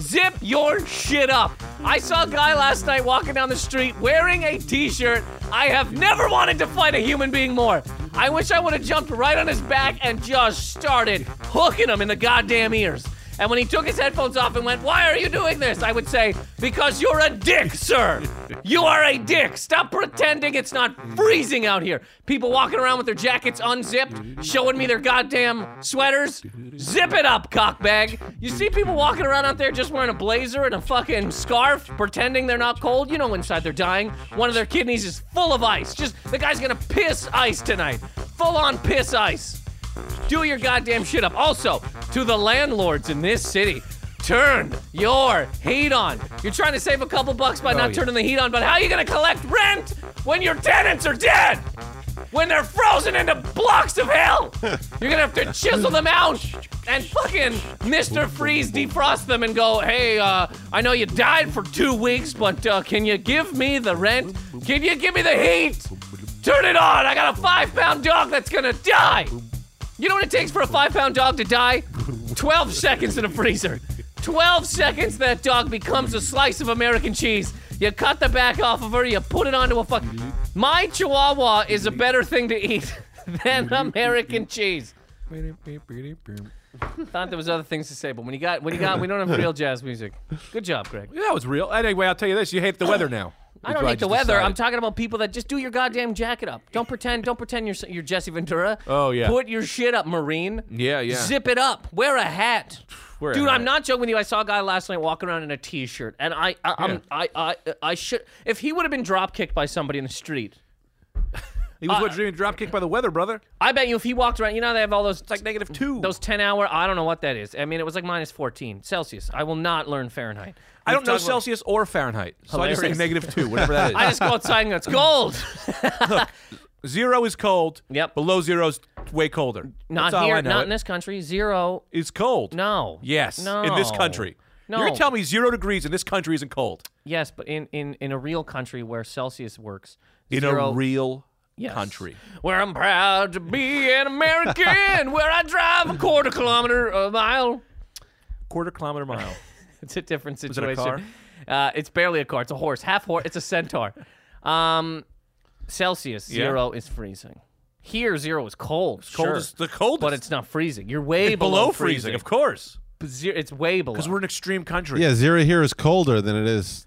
S3: Zip your shit up. I saw a guy last night walking down the street wearing a t-shirt. I have never wanted to fight a human being more. I wish I would have jumped right on his back and just started hooking him in the goddamn ears. And when he took his headphones off and went, Why are you doing this? I would say, Because you're a dick, sir. You are a dick. Stop pretending it's not freezing out here. People walking around with their jackets unzipped, showing me their goddamn sweaters. Zip it up, cockbag. You see people walking around out there just wearing a blazer and a fucking scarf, pretending they're not cold. You know inside they're dying. One of their kidneys is full of ice. Just the guy's gonna piss ice tonight. Full on piss ice. Do your goddamn shit up. Also, to the landlords in this city, turn your heat on. You're trying to save a couple bucks by not
S2: yeah.
S3: turning the heat on, but how are you gonna collect rent when your tenants are dead? When they're frozen into blocks of hell, you're gonna have to chisel them out and fucking Mr. Freeze defrost them and go, hey, uh, I know you died for two weeks, but uh, can you give me the rent? Can you give me the heat? Turn it on! I got a five pound dog that's gonna die! You know what it takes for a five pound dog to die? 12 seconds in a freezer. 12 seconds that dog becomes a slice of American cheese. You cut the back off of her, you put it onto a fuck. My chihuahua is a better thing to eat than American cheese. Thought there was other things to say, but when you got when you got, we don't have real jazz music. Good job, Greg.
S2: Yeah, that was real. Anyway, I'll tell you this: you hate the weather now.
S3: I don't hate the weather. I'm talking about people that just do your goddamn jacket up. Don't pretend. Don't pretend you're s- you're Jesse Ventura.
S2: Oh, yeah.
S3: Put your shit up, Marine.
S2: Yeah, yeah.
S3: Zip it up. Wear a hat.
S2: Wear a
S3: Dude,
S2: hat.
S3: I'm not joking with you. I saw a guy last night walking around in a t-shirt, and I, I, I'm, I, I, I should. If he would have been drop kicked by somebody in the street,
S2: He was what dreaming drop kicked by the weather, brother.
S3: I bet you if he walked around, you know they have all those
S2: It's like negative two.
S3: those 10 hour i don't know what that is i mean it was like minus 14 celsius i will not learn fahrenheit
S2: I don't
S3: We've
S2: know
S3: talked about-
S2: Celsius or Fahrenheit, so I just say
S3: Hilarious.
S2: negative two, whatever that is.
S3: i just go outside and go, it's cold
S2: zero is cold.
S3: Yep.
S2: Below zero is way colder.
S3: not
S2: That's all I
S3: here
S2: know.
S3: not
S2: It-
S3: in this country zero
S2: It's cold.
S3: no
S2: Yes.
S3: no
S2: In this country.
S3: no
S2: You're gonna tell me zero degrees in this country isn't cold.
S3: yes but in in in a real country where celsius works
S2: In
S3: zero
S2: a real
S3: Yes.
S2: country.
S3: where i'm proud to be an american where i drive a quarter kilometer a mile
S2: Quarter kilometer mile.
S3: It's a different
S2: it
S3: situation.
S2: a
S3: Uh, it's barely a car. It's a horse. Half horse. It's a centaur. Um, Celsius
S2: Yeah.
S3: zero is freezing. Here zero is cold.
S2: Cold
S3: sure,
S2: is the coldest.
S3: but it's not freezing. You're way
S2: below,
S3: below,
S2: freezing, of course.
S3: course. it's way below.
S2: Because we're an extreme country.
S4: Yeah, zero here is colder than it is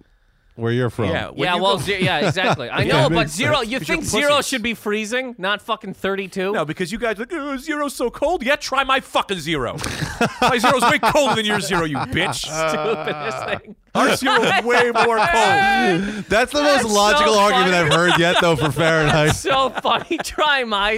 S4: where you're from.
S2: Yeah. when
S3: yeah,
S2: you
S3: well,
S2: go-
S3: ze- yeah, exactly. I know,
S4: it
S3: but
S4: makes
S3: zero.
S4: sense.
S3: You
S2: Because you're
S3: think zero
S2: pussies.
S3: should be freezing, not fucking thirty-two?
S2: No, because you guys are like, oh, zero's so cold. Yeah, try my fucking zero. my zero's way colder than your zero, you bitch. Ah.
S3: stupidest thing.
S2: Our zero's way more cold.
S4: That's the most
S3: That's
S4: logical
S3: so
S4: argument
S3: funny.
S4: I've heard yet, though, for Fahrenheit.
S3: So funny. Try my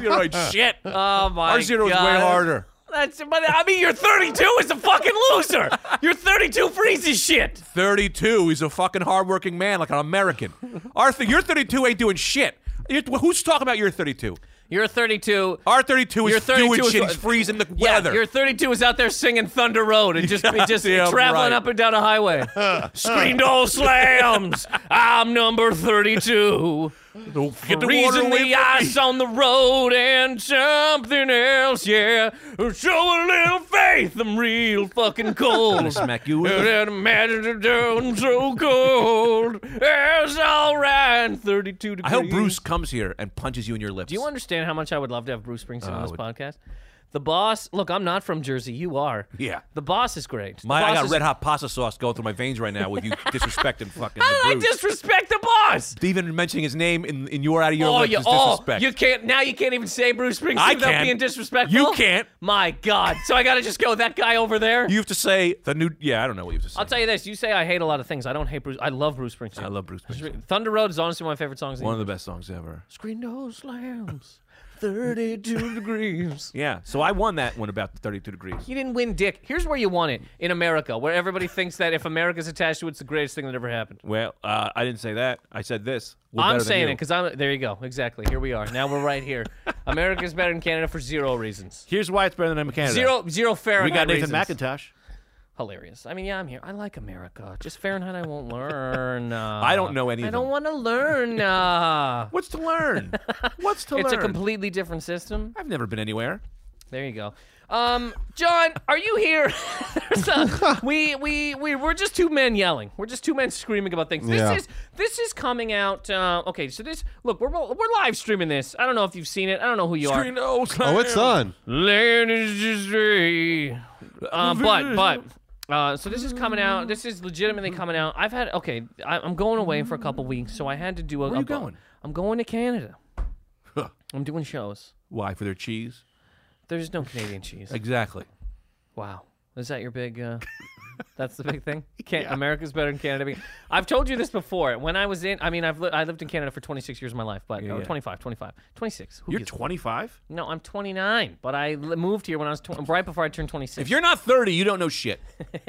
S2: You're right, shit.
S3: Oh my
S2: Our zero's
S3: God.
S2: way harder.
S3: That's, but I mean, you're 32 is a fucking loser. You're 32 freezes shit.
S2: 32 is a fucking hardworking man, like an American. Arthur, your 32 ain't doing shit. You're- who's talking about your 32?
S3: You're 32.
S2: Our 32
S3: Your
S2: is
S3: 32
S2: doing
S3: is
S2: shit.
S3: what-
S2: He's freezing the
S3: Yeah,
S2: weather.
S3: your 32 is out there singing Thunder Road and just just
S2: Goddamn
S3: traveling
S2: right.
S3: up and down a highway. Screen door slams. I'm number 32.
S2: Get the water
S3: Freezing
S2: away
S3: the
S2: from me.
S3: ice on the road and something else, yeah. Show a little faith. I'm real fucking cold.
S2: smack you with
S3: And
S2: the-
S3: then imagine it down so cold. It's all right. 32
S2: I
S3: degrees.
S2: hope Bruce comes here and punches you in your lips.
S3: Do you understand how much I Uh, would love to have Bruce Springsteen on this
S2: would-
S3: podcast? The boss, look, I'm not from Jersey. You are.
S2: Yeah.
S3: The boss is great. The
S2: My,
S3: boss
S2: I got
S3: is-
S2: red hot pasta sauce going through my veins right now with you disrespecting fucking
S3: How
S2: the
S3: did I
S2: Bruce.
S3: disrespect the boss?
S2: Even mentioning his name in, in your out of your
S3: oh,
S2: lips
S3: you,
S2: is
S3: oh,
S2: disrespect.
S3: you can't. Now you can't even say Bruce Springsteen
S2: I
S3: without
S2: can.
S3: being disrespectful.
S2: You can't.
S3: My God. So I got to just go that guy over there.
S2: You have to say the new. Yeah, I don't know what you have to say.
S3: I'll tell you this. You say I hate a lot of things. I don't hate Bruce. I love Bruce Springsteen.
S2: I love Bruce Springsteen.
S3: Thunder Road is honestly one of my favorite songs.
S2: One of the best songs ever.
S3: Screen door slams. 32 degrees.
S2: Yeah. So I won that one about the 32 degrees.
S3: You didn't win dick. Here's where you won it in America, where everybody thinks that if America's attached to it, it's the greatest thing that ever happened.
S2: Well, uh, I didn't say that. I said this. We're better
S3: I'm
S2: than you.
S3: saying it because I'm. There you go. Exactly. Here we are. Now we're right here. America's better than Canada for zero reasons.
S2: Here's why it's better than Canada.
S3: Zero, zero Fahrenheit.
S2: We got Nathan
S3: reasons.
S2: McIntosh.
S3: Hilarious. I mean, yeah, I'm here. I like America. Just Fahrenheit, I won't learn. Uh,
S2: I don't know any of
S3: I don't
S2: them.
S3: want to learn. Uh,
S2: What's to learn? What's to
S3: it's
S2: learn?
S3: a completely different system.
S2: I've never been anywhere.
S3: There you go. Um, John, are you here? There's a- we we we we're just two men yelling. We're just two men screaming about things. This
S4: Yeah.
S3: is this is coming out. Uh, okay, so this look, we're we're live streaming this. I don't know if you've seen it. I don't know who you are.
S4: Oh, it's on.
S3: Ladies and gentlemen. Uh, but but uh, so this is coming out. This is legitimately coming out. I've had okay. I, I'm going away for a couple weeks, so I had to do a.
S2: Where you
S3: a-
S2: going?
S3: I'm going to Canada. I'm doing shows.
S2: Why for their cheese?
S3: There's no Canadian cheese.
S2: Exactly.
S3: Wow. Is that your big uh That's the big thing. Can- America's better than Canada. be- I've told you this before. When I was in, I mean, I've li- I lived in Canada for 26 years of my life, but or
S2: yeah.
S3: 25, 25, 26. Who
S2: You're
S3: gives-
S2: 25.
S3: no, I'm 29, but I li- moved here when I was tw- right before I turned 26.
S2: If you're not 30, you don't know shit.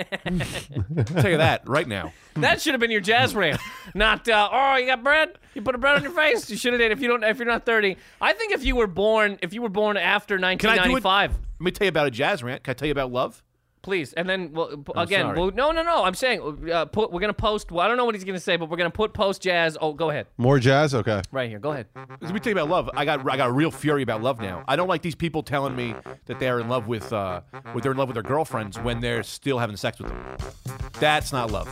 S2: I'll tell you that right now.
S3: that should have been your jazz rant, not uh, oh, you got bread. You put a bread on your face. You should have did. If you don't, if you're not 30, I think if you were born, if you were born after
S2: Can I do it?
S3: 1995,
S2: Let me tell you about a jazz rant. Can I tell you about love?
S3: please. And then we'll, p- again,
S2: Oh, sorry.
S3: we'll, no, no, no. I'm saying uh, put, we're gonna post. Well, I don't know what he's gonna say, but we're gonna put post jazz. Oh, go ahead,
S4: More jazz? Okay.
S3: right here. Go ahead.
S2: Let me tell you about love. I got I got a real fury about love now. I don't like these people telling me that they are in love with uh, when they're in love with their girlfriends when they're still having sex with them. That's not love.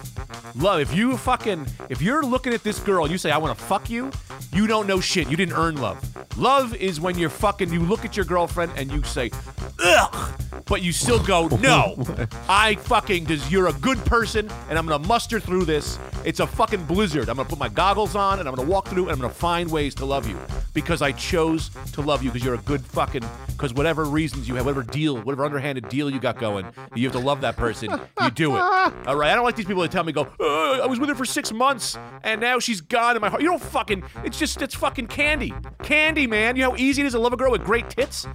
S2: Love. If you fucking if you're looking at this girl and you say I want to fuck you, you don't know shit. You didn't earn love. Love is when you're fucking. You look at your girlfriend and you say, ugh, but you still go no. I fucking because you're a good person and I'm gonna muster through this. It's a fucking blizzard. I'm gonna put my goggles on and I'm gonna walk through and I'm gonna find ways to love you because I chose to love you because you're a good fucking. Because whatever reasons you have, whatever deal, whatever underhanded deal you got going, you have to love that person. You do it. All right. I don't like these people that tell me, go, "Uh, I was with her for six months and now she's gone in my heart. You don't fucking. It's just it's fucking candy. Candy, man. You know how easy it is to love a girl with great tits.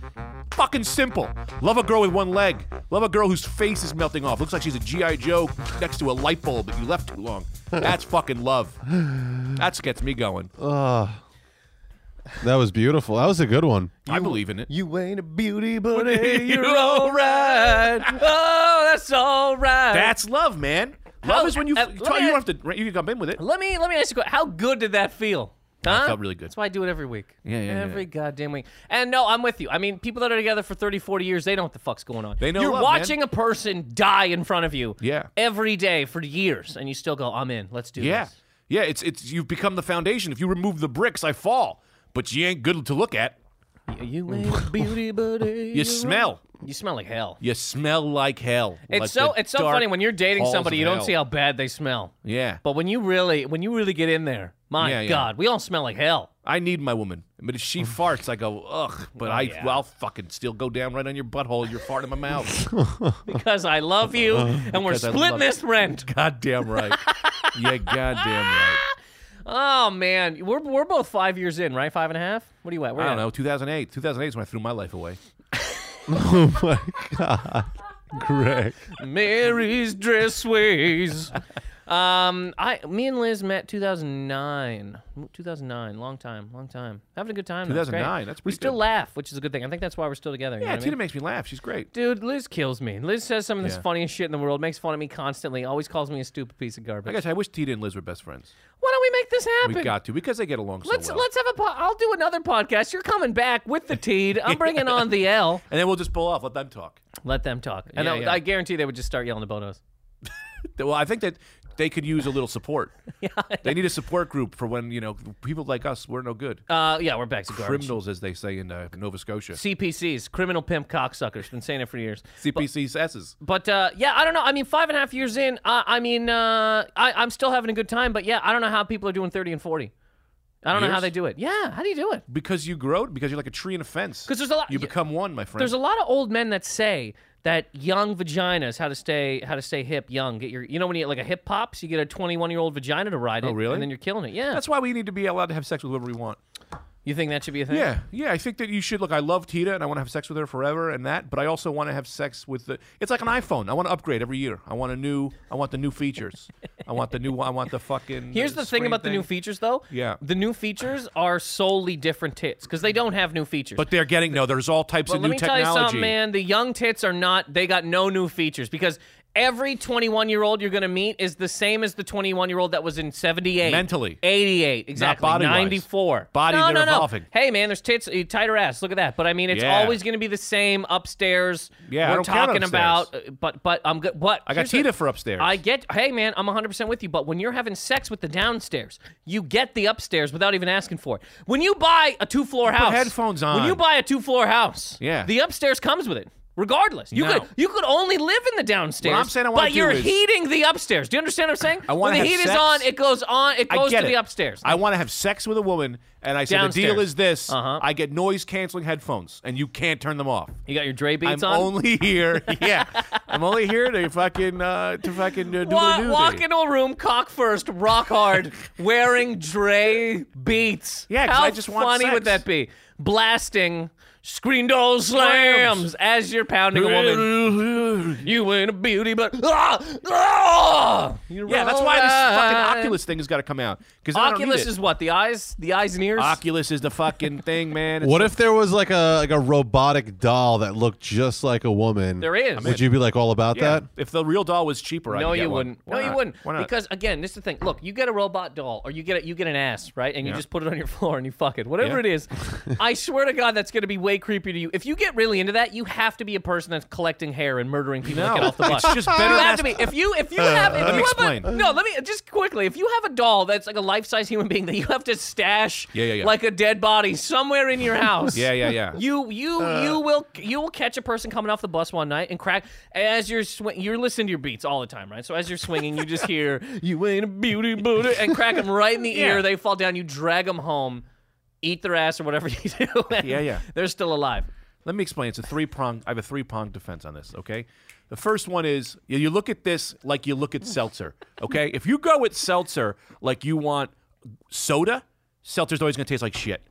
S2: Fucking simple. Love a girl with one leg. Love a girl whose face is melting off. Looks like she's a GI Joe next to a light bulb that you left too long. That's fucking love. That's gets me going.
S4: That was beautiful. That was a good one.
S2: I believe in it.
S4: You ain't a beauty, but
S3: You're all right. Oh, that's all right.
S2: That's love, man. Love
S3: How-
S2: is when you
S3: uh,
S2: you
S3: let
S2: don't
S3: me
S2: have to you can come in with it.
S3: Let me let me ask you. a que- How good did that feel? Huh?
S2: felt really good.
S3: That's why I do it every week.
S2: Yeah, yeah, yeah.
S3: Every goddamn week. And no, I'm with you. I mean, people that are together for 30, 40 years, they know what the fuck's going on.
S2: They know
S3: You're
S2: love,
S3: watching a person die in front of you.
S2: Yeah.
S3: Every day for years, and you still go, "I'm in. Let's do
S2: Yeah.
S3: this."
S2: Yeah, it's it's you've become the foundation. If you remove the bricks, I fall. But you ain't good to look at.
S3: Yeah. You ain't a beauty, but
S2: You smell.
S3: You smell like hell.
S2: You smell like hell.
S3: It's
S2: Like
S3: so
S2: the
S3: it's so
S2: dark
S3: funny when you're dating
S2: halls
S3: somebody,
S2: of
S3: you don't
S2: hell.
S3: see how bad they smell.
S2: Yeah.
S3: But when you really when you really get in there, my
S2: Yeah, yeah.
S3: God, we all smell like hell.
S2: I need my woman. But if she farts, I go, ugh. But I
S3: Oh, yeah.
S2: well, I'll fucking still go down right on your butthole. You're farting in my mouth.
S3: Because I love you, and we're
S2: Because I
S3: splitting
S2: love-
S3: this rent.
S2: goddamn right. Yeah, goddamn right.
S3: Oh man, we're we're both five years in, right? Five and a half. What are you at? Where
S2: I
S3: you
S2: don't
S3: at?
S2: know. 2008. 2008 is when I threw my life away.
S4: Oh my god, Greg.
S3: Mary's Dressways. um, I me and Liz met 2009. 2009, long time, long time. Having a good time. though. It's great.
S2: 2009, that's
S3: we
S2: pretty
S3: still
S2: good.
S3: laugh, which is a good thing. I think that's why we're still together. you know
S2: Yeah,
S3: what I
S2: Tina
S3: mean?
S2: makes me laugh. She's great.
S3: Dude, Liz kills me. Liz says some of the
S2: Yeah.
S3: funniest shit in the world, makes fun of me constantly, always calls me a stupid piece of
S2: I
S3: garbage.
S2: guess I wish Tita and Liz were best friends.
S3: Why don't we make this happen?
S2: We got to because they get along so
S3: let's
S2: well.
S3: let's have a po- I'll do another podcast. You're coming back with the teed. I'm bringing on the L.
S2: and then we'll just pull off. Let them talk.
S3: Let them talk. And
S2: Yeah,
S3: I,
S2: yeah.
S3: I guarantee they would just start yelling about us.
S2: Well, I think that they could use a little support. yeah, they need a support group for when you know people like us. We're no good.
S3: Uh, yeah, we're back to garbage.
S2: Criminals, as they say in uh, Nova Scotia.
S3: CPCs, criminal pimp cocksuckers. Been saying it for years.
S2: CPCSs.
S3: But uh, yeah, I don't know. I mean, five and a half years in, uh, I mean, uh, I, I'm still having a good time. But yeah, I don't know how people are doing 30 and 40. I don't know how
S2: Years?
S3: they do it. Yeah, how do you do it?
S2: Because you grow, because you're like a tree in a fence.
S3: 'Cause there's a lot-
S2: You
S3: yeah.
S2: become one, my friend.
S3: There's a lot of old men that say that young vaginas, how to stay, how to stay hip, young. Get your, you know, when you get like a hip pops, you get a 21 year old vagina to ride it.
S2: Oh, really?
S3: And then you're killing it. Yeah.
S2: That's why we need to be allowed to have sex with whoever we want.
S3: you think that should be a thing?
S2: Yeah, yeah. I think that you should look. I love Tita, and I want to have sex with her forever, and that. But I also want to have sex with the. It's like an iPhone. I want to upgrade every year. I want a new. I want the new features. I want the new. I want the fucking.
S3: Here's
S2: uh,
S3: the thing
S2: screen
S3: about the new features, though.
S2: Yeah.
S3: The new features are solely different tits because they don't have new features.
S2: But they're getting no. There's all types
S3: But
S2: of
S3: let
S2: new
S3: me
S2: technology.
S3: tell you something, man. The young tits are not. They got no new features because every 21 year old you're going to meet is the same as the 21 year old that was in 78,
S2: Mentally.
S3: 88, exactly,
S2: body-wise.
S3: 94.
S2: Body,
S3: no,
S2: they're
S3: no, no.
S2: evolving.
S3: Hey, man, there's tits, uh, tighter ass. Look at that. But I mean, it's
S2: Yeah.
S3: always going to be the same upstairs.
S2: Yeah, I
S3: we're
S2: don't care
S3: talking
S2: about
S3: about. uh, But but I'm good. But
S2: I got
S3: here's the-
S2: Tita for upstairs.
S3: I get. Hey, man, I'm 100 percent with you. But when you're having sex with the downstairs, you get the upstairs without even asking for it. When you buy a two floor house,
S2: headphones
S3: When
S2: on.
S3: you buy a two floor house,
S2: Yeah.
S3: the upstairs comes with it. Regardless, you
S2: No.
S3: could you could only live in the downstairs.
S2: What I'm saying I wanna
S3: but
S2: do
S3: you're
S2: is-
S3: heating the upstairs. Do you understand what I'm saying?
S2: I
S3: when
S2: wanna
S3: the
S2: have
S3: heat is
S2: sex.
S3: on, it goes on. It
S2: I
S3: goes
S2: get
S3: to
S2: it.
S3: the upstairs.
S2: I want to have sex with a woman, and I say the deal
S3: Downstairs.
S2: is this:
S3: Uh-huh.
S2: I get noise canceling headphones, and you can't turn them off.
S3: you got your Dre beats
S2: I'm
S3: on.
S2: only here. Yeah, I'm only here to fucking uh, to fucking uh, do
S3: Wa-
S2: what
S3: walk into a room, cock first, rock hard, wearing Dre beats.
S2: Yeah, 'cause
S3: how
S2: I just want
S3: funny would
S2: sex.
S3: that be? Blasting Screen door slams as you're pounding a woman. You ain't a beauty, but ah, ah, You're
S2: Yeah, that's why this
S3: alright.
S2: fucking Oculus thing has got to come out. Because
S3: Oculus is what the eyes, the eyes and ears.
S2: Oculus is the fucking thing, man. It's
S4: What if there was like a like a robotic doll that looked just like a woman?
S3: There is. I'm in.
S4: Would you be like all about
S2: Yeah,
S4: that?
S2: If the real doll was cheaper, I'd
S3: no,
S2: get
S3: you
S2: one.
S3: wouldn't.
S2: Why
S3: no, you
S2: not?
S3: wouldn't.
S2: Why not?
S3: Because again, this is the thing. Look, you get a robot doll, or you get a, you get an ass, right? And you
S2: Yeah.
S3: just put it on your floor and you fuck it, whatever
S2: Yeah.
S3: it is. I swear to God, that's going to be way creepy to you. If you get really into that, you have to be a person that's collecting hair and murdering people
S2: No,
S3: that get off the bus.
S2: it's just better
S3: You
S2: than Uh,
S3: have to be. If you if you have if
S2: Let me
S3: you have
S2: explain.
S3: a, no, let me just quickly. If you have a doll that's like a life size human being that you have to stash
S2: Yeah, yeah, yeah.
S3: like a dead body somewhere in your house.
S2: yeah, yeah, yeah.
S3: You you you
S2: Uh.
S3: will you will catch a person coming off the bus one night and crack as you're swi- you're listening to your beats all the time, right? So as you're swinging, you just hear you ain't a beauty Buddha and crack them right in the ear. They fall down. You drag them home, eat their ass or whatever you do. and
S2: Yeah, yeah.
S3: They're still alive.
S2: Let me explain. It's a three pronged. I have a three pronged defense on this. Okay, the first one is you, you look at this like you look at seltzer. Okay, if you go at seltzer like you want soda, seltzer's always going to taste like shit.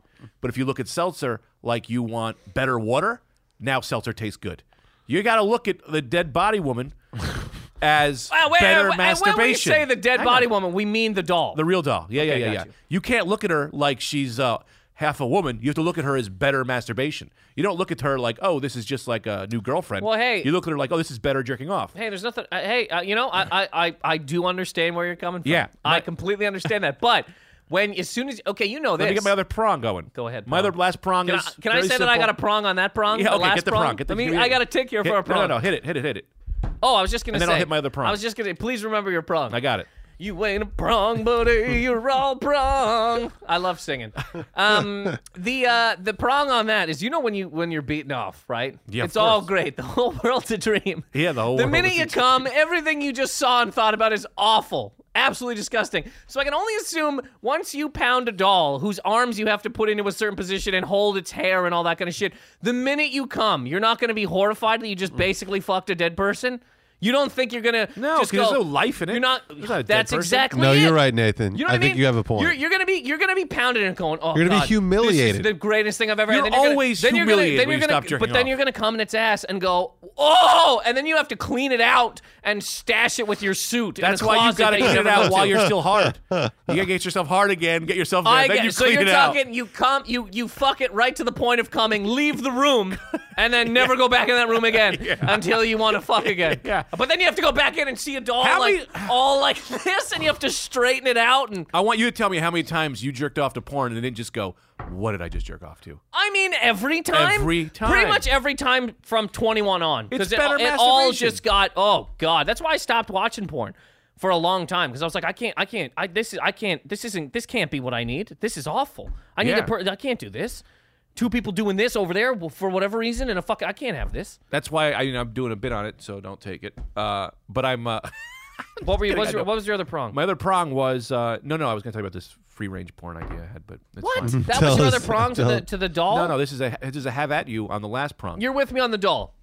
S2: But if you look at seltzer like you want better water, now seltzer tastes good. You got to look at the dead body woman as
S3: Uh, wait,
S2: better
S3: uh, and
S2: masturbation.
S3: When we say the dead
S2: Hang on.
S3: body woman, we mean the doll.
S2: The real doll. Yeah, yeah,
S3: Okay,
S2: yeah, yeah.
S3: got
S2: You.
S3: you.
S2: can't look at her like she's uh, half a woman. You have to look at her as better masturbation. You don't look at her like, oh, this is just like a new girlfriend.
S3: Well, hey-
S2: You look at her like, oh, this is better jerking off.
S3: Hey, there's nothing. Uh, hey, uh, you know, I, I, I, I do understand where you're coming from.
S2: Yeah.
S3: I completely understand that. But when, as soon as, okay, you know this.
S2: Let me get my other prong going.
S3: Go ahead,
S2: My
S3: prong.
S2: other last prong
S3: Can I,
S2: is.
S3: can I
S2: very
S3: say that I
S2: simple.
S3: got a prong on that prong?
S2: Yeah,
S3: the
S2: okay,
S3: last
S2: get the prong.
S3: prong.
S2: Get the,
S3: Let me,
S2: give
S3: I got a tick here
S2: hit,
S3: for a prong.
S2: No, no, no, hit it, hit it, hit it.
S3: Oh, I was just gonna
S2: And
S3: say.
S2: then I'll hit my other prong.
S3: I was just gonna. Please remember your prong.
S2: I got it.
S3: You ain't a prong, buddy. You're all prong. I love singing. Um, the uh, the prong on that is, you know, when you when you're beaten off, right?
S2: Yeah, of
S3: it's all
S2: course.
S3: great. The whole world's a dream.
S2: Yeah, the whole
S3: The
S2: world
S3: minute
S2: is a
S3: you come, everything you just saw and thought about is awful, absolutely disgusting. So I can only assume once you pound a doll whose arms you have to put into a certain position and hold its hair and all that kind of shit, the minute you come, you're not going to be horrified that you
S2: Mm.
S3: just basically fucked a dead person. You don't think you're gonna
S2: No,
S3: just
S2: 'cause there's
S3: go,
S2: no life in it.
S3: You're not.
S2: There's not a dead
S3: that's
S2: person.
S3: exactly.
S4: No,
S3: it.
S4: you're right, Nathan.
S3: You know what
S4: I
S3: I
S4: think
S3: mean?
S4: you have a point.
S3: You're, you're gonna be you're gonna be pounded and going. Oh,
S4: You're gonna be
S3: God, This is
S4: humiliated.
S3: the greatest thing I've ever.
S2: You're
S3: had. And gonna-
S2: always
S3: then gonna-
S2: humiliated
S3: then
S2: when
S3: you're
S2: you
S3: gonna-
S2: stop jerking
S3: But then
S2: off.
S3: you're gonna come in its ass and go, oh, and then you have to clean it out and stash it with your suit.
S2: That's
S3: in a
S2: why you
S3: closet
S2: got to
S3: that you
S2: clean it
S3: never
S2: out
S3: go
S2: while
S3: to.
S2: you're still hard. You gotta get yourself hard again. Get yourself there.
S3: I
S2: then
S3: get,
S2: you
S3: so
S2: clean
S3: you're
S2: it out.
S3: talking you come you you fuck it right to the point of coming, leave the room, and then never go back in that room again until you want to fuck again.
S2: Yeah.
S3: But then you have to go back in and see a doll
S2: How
S3: like
S2: many-
S3: all like this, and you have to straighten it out. And
S2: I want you to tell me how many times you jerked off to porn and didn't just go, what did I just jerk off to?
S3: I mean, every time,
S2: Every time.
S3: pretty much every time from 21 on, because
S2: It's
S3: it,
S2: better
S3: it all
S2: masturbation.
S3: just got oh god. That's why I stopped watching porn. For a long time, because I was like, I can't, I can't, I this is, I can't, this isn't, this can't be what I need. This is awful. I need
S2: Yeah.
S3: a per- I can't do this. Two people doing this over there well, for whatever reason, and a fuck, I can't have this.
S2: That's why I, you know, I'm doing a bit on it, so don't take it. Uh, but I'm. Uh,
S3: What were you? What was,
S2: I
S3: your,
S2: know.
S3: what was your other prong?
S2: my other prong was uh, no, no. I was going to tell you about this free range porn idea I had, but it's
S3: what?
S2: Fine.
S3: That
S4: Tell
S3: was your
S4: us.
S3: other prong to the
S4: Tell-
S3: to the doll.
S2: No, no. This is a this is a have at you on the last prong.
S3: You're with me on the doll.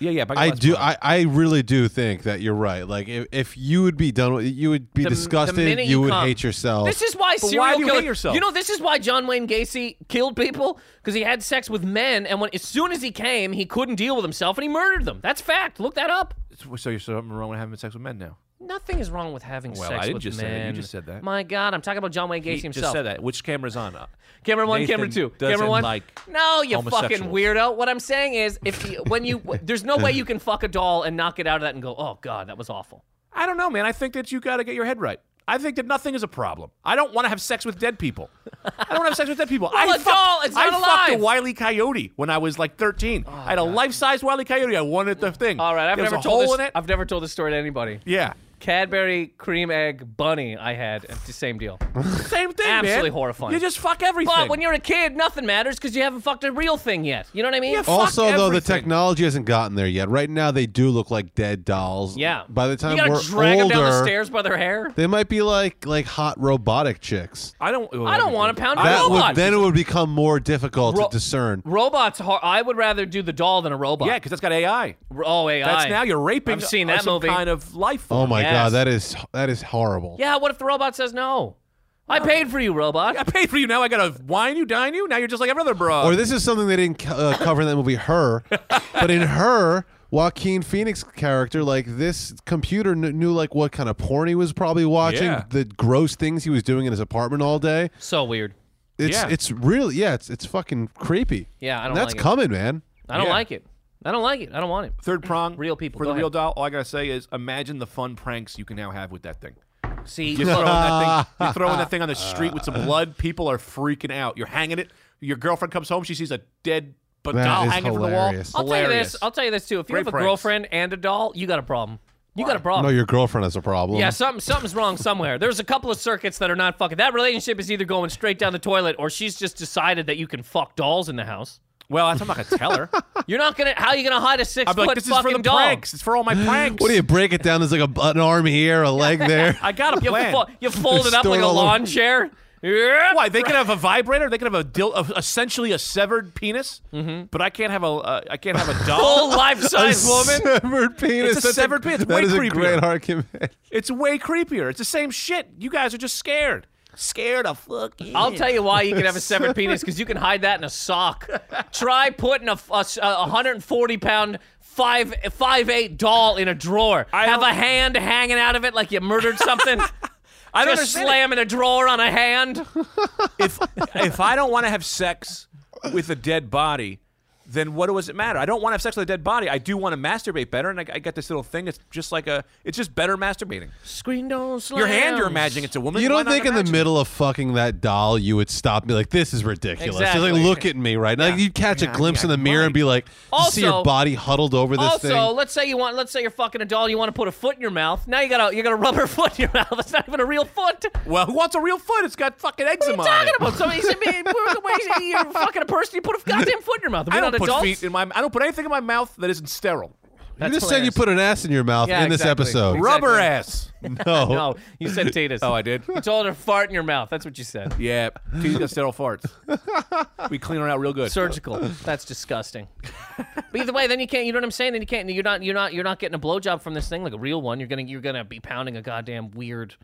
S2: yeah, yeah. but got
S4: I
S2: last
S4: do.
S2: prong.
S4: I, I really do think that you're right. Like if, if you would be done with, you would be
S3: the- the
S4: disgusted.
S3: minute
S4: You would
S3: come.
S4: hate yourself.
S3: This is why serial
S2: why do you hate
S3: killers.
S2: yourself?
S3: know, this is why John Wayne Gacy killed people because he had sex with men, and when as soon as he came, he couldn't deal with himself, and he murdered them. That's fact. Look that up.
S2: So- so you're something wrong with having sex with men now.
S3: Nothing is wrong with having
S2: Well,
S3: sex
S2: I didn't
S3: with
S2: just say
S3: men.
S2: that. You just said that.
S3: My God, I'm talking about John Wayne Gacy
S2: He
S3: himself.
S2: just said that. Which camera's on? Uh,
S3: Camera one,
S2: Nathan
S3: camera two,
S2: doesn't
S3: camera one.
S2: like
S3: no, you fucking
S2: homosexuals.
S3: weirdo. What I'm saying is, if you, when you, there's no way you can fuck a doll and knock it out of that and go, oh God, that was awful.
S2: I don't know, man. I think that you got to get your head right. I think that nothing is a problem. I don't want to have sex with dead people. I don't want to have sex with dead people.
S3: Well,
S2: I
S3: a doll, it's
S2: I
S3: not
S2: fucked
S3: alive.
S2: a wily coyote when I was like 13. I had a life-size wily coyote. I wanted the thing.
S3: All right, I've
S2: there
S3: never
S2: was a
S3: told
S2: hole
S3: this.
S2: in it.
S3: I've never told this story to anybody.
S2: yeah,
S3: Cadbury cream egg bunny I had. It's the same deal.
S2: same thing, man.
S3: Absolutely horrifying.
S2: You just fuck everything.
S3: But when you're a kid, nothing matters because you haven't fucked a real thing yet. You know what I mean?
S2: Yeah, fuck
S4: also, though the
S2: everything.
S4: technology hasn't gotten there yet. Right now, they do look like dead dolls.
S3: Yeah.
S4: By the time
S3: you gotta
S4: we're
S3: drag
S4: older,
S3: them down the stairs by their hair.
S4: they might be like like hot robotic chicks.
S2: I don't.
S3: I don't want to pound a
S4: That
S3: robot.
S4: would then it would become more difficult
S3: Ro-
S4: to discern.
S3: Robots, har- I would rather do the doll than a robot.
S2: Yeah, because that's got AI.
S3: Oh, AI.
S2: That's now you're raping.
S3: I've seen
S2: uh,
S3: that
S2: some
S3: movie.
S2: kind of life.
S4: Oh
S2: form.
S4: my
S3: Yes.
S4: god, that is that is horrible.
S3: yeah. What if the robot says no? I paid for you, robot.
S2: I paid for you. Now I gotta wine you, dine you. Now you're just like every other broad.
S4: Or this is something they didn't co- uh, cover in that movie, Her. But in Her, Joaquin Phoenix character, like this computer kn- knew like what kind of porn he was probably watching,
S2: Yeah.
S4: the gross things he was doing in his apartment all day.
S3: So weird.
S4: It's
S2: Yeah.
S4: it's really yeah, it's it's fucking creepy.
S3: Yeah, I don't
S4: And that's
S3: like it.
S4: coming, man.
S3: I don't
S2: Yeah.
S3: like it. I don't like it. I don't want it.
S2: Third prong,
S3: Real people.
S2: for
S3: Go
S2: the real
S3: ahead.
S2: doll. All I gotta say is, imagine the fun pranks you can now have with that thing.
S3: See,
S2: You're throwing that thing, you're throwing that thing on the street with some blood. People are freaking out. You're hanging it. Your girlfriend comes home. She sees a dead but
S4: That
S2: doll
S4: is
S2: hanging
S4: hilarious.
S2: from
S3: I'll
S2: the wall.
S3: tell you this. I'll tell you this too. If you
S2: Great
S3: have a
S2: pranks.
S3: girlfriend and a doll, you got a problem. You got a
S4: No,
S2: Oh.
S3: problem.
S4: your girlfriend has a problem.
S3: yeah, something something's wrong somewhere. There's a couple of circuits that are not fucking. That relationship is either going straight down the toilet, or she's just decided that you can fuck dolls in the house.
S2: well, that's, I'm not gonna tell her.
S3: You're not gonna. How you gonna hide a six
S2: I'm
S3: foot
S2: like, this is for
S3: fucking
S2: the
S3: doll?
S2: pranks. It's for all my pranks.
S4: What do you break it down? There's like a, an arm here, a leg there.
S2: I got a
S3: You,
S2: plan.
S3: fo- you fold it up
S4: Store
S3: like
S4: it
S3: a
S4: all over.
S3: lawn chair. Yep.
S2: Why they can have a vibrator? They can have a, dil- a essentially a severed penis, but I can't have a uh, I can't have a
S3: Full
S2: doll.
S3: life size woman.
S4: Severed penis.
S2: It's a
S4: That's
S2: severed penis. It's
S4: That
S2: way
S4: is a
S2: creepier.
S4: great argument.
S2: it's way creepier. It's the same shit. You guys are just scared. Scared of fucking.
S3: I'll tell you why you can have a separate penis because you can hide that in a sock. Try putting a, f- a s- a 140 pound five five eight doll in a drawer.
S2: I
S3: have
S2: don't-
S3: a hand hanging out of it like you murdered something.
S2: I don't
S3: Just
S2: understand it.
S3: slamming a drawer on a hand.
S2: if if I don't want to have sex with a dead body, then what does it matter? I don't want to have sex with a dead body. I do want to masturbate better, and I, I got this little thing. It's just like a. It's just better masturbating.
S3: Screen door slams.
S2: Your hand, you're imagining it's a woman.
S4: You
S2: Why
S4: don't
S2: not
S4: think in the
S2: imagine?
S4: middle of fucking that doll you would stop and be like, this is ridiculous. You're
S3: Exactly.
S4: like, look at me right now. You'd catch
S2: Yeah,
S4: a glimpse
S2: yeah,
S4: in the mirror and be like, you see
S3: Also-
S4: your body huddled over this
S3: Also,
S4: thing.
S3: let's say you want. Let's say you're fucking a doll. You want to put a foot in your mouth. Now you got a you got a rubber foot in your mouth. That's not even a real foot.
S2: Well, who wants a real foot? It's got fucking
S3: What are you
S2: eczema. on
S3: talking
S2: it.
S3: about? Somebody said, "Man, we're- you're fucking a person. You put a goddamn foot in your mouth. Are we
S2: I don't
S3: not
S2: put
S3: adults?
S2: feet in my. I don't put anything in my mouth that isn't sterile.
S4: you
S3: That's
S4: just said you
S3: hilarious.
S4: put an ass in your mouth
S3: Yeah,
S4: in this
S3: exactly.
S4: episode.
S3: Exactly.
S2: Rubber ass.
S4: No.
S3: No, you said Titus.
S2: Oh, I did.
S3: You told her fart in your mouth. That's what you said.
S2: Yeah, she's got sterile farts. We clean her out real good.
S3: Surgical. That's disgusting. But either way, then you can't. You know what I'm saying? Then you can't. You're not. You're not. You're not getting a blowjob from this thing like a real one. You're gonna. You're gonna be pounding a goddamn weird.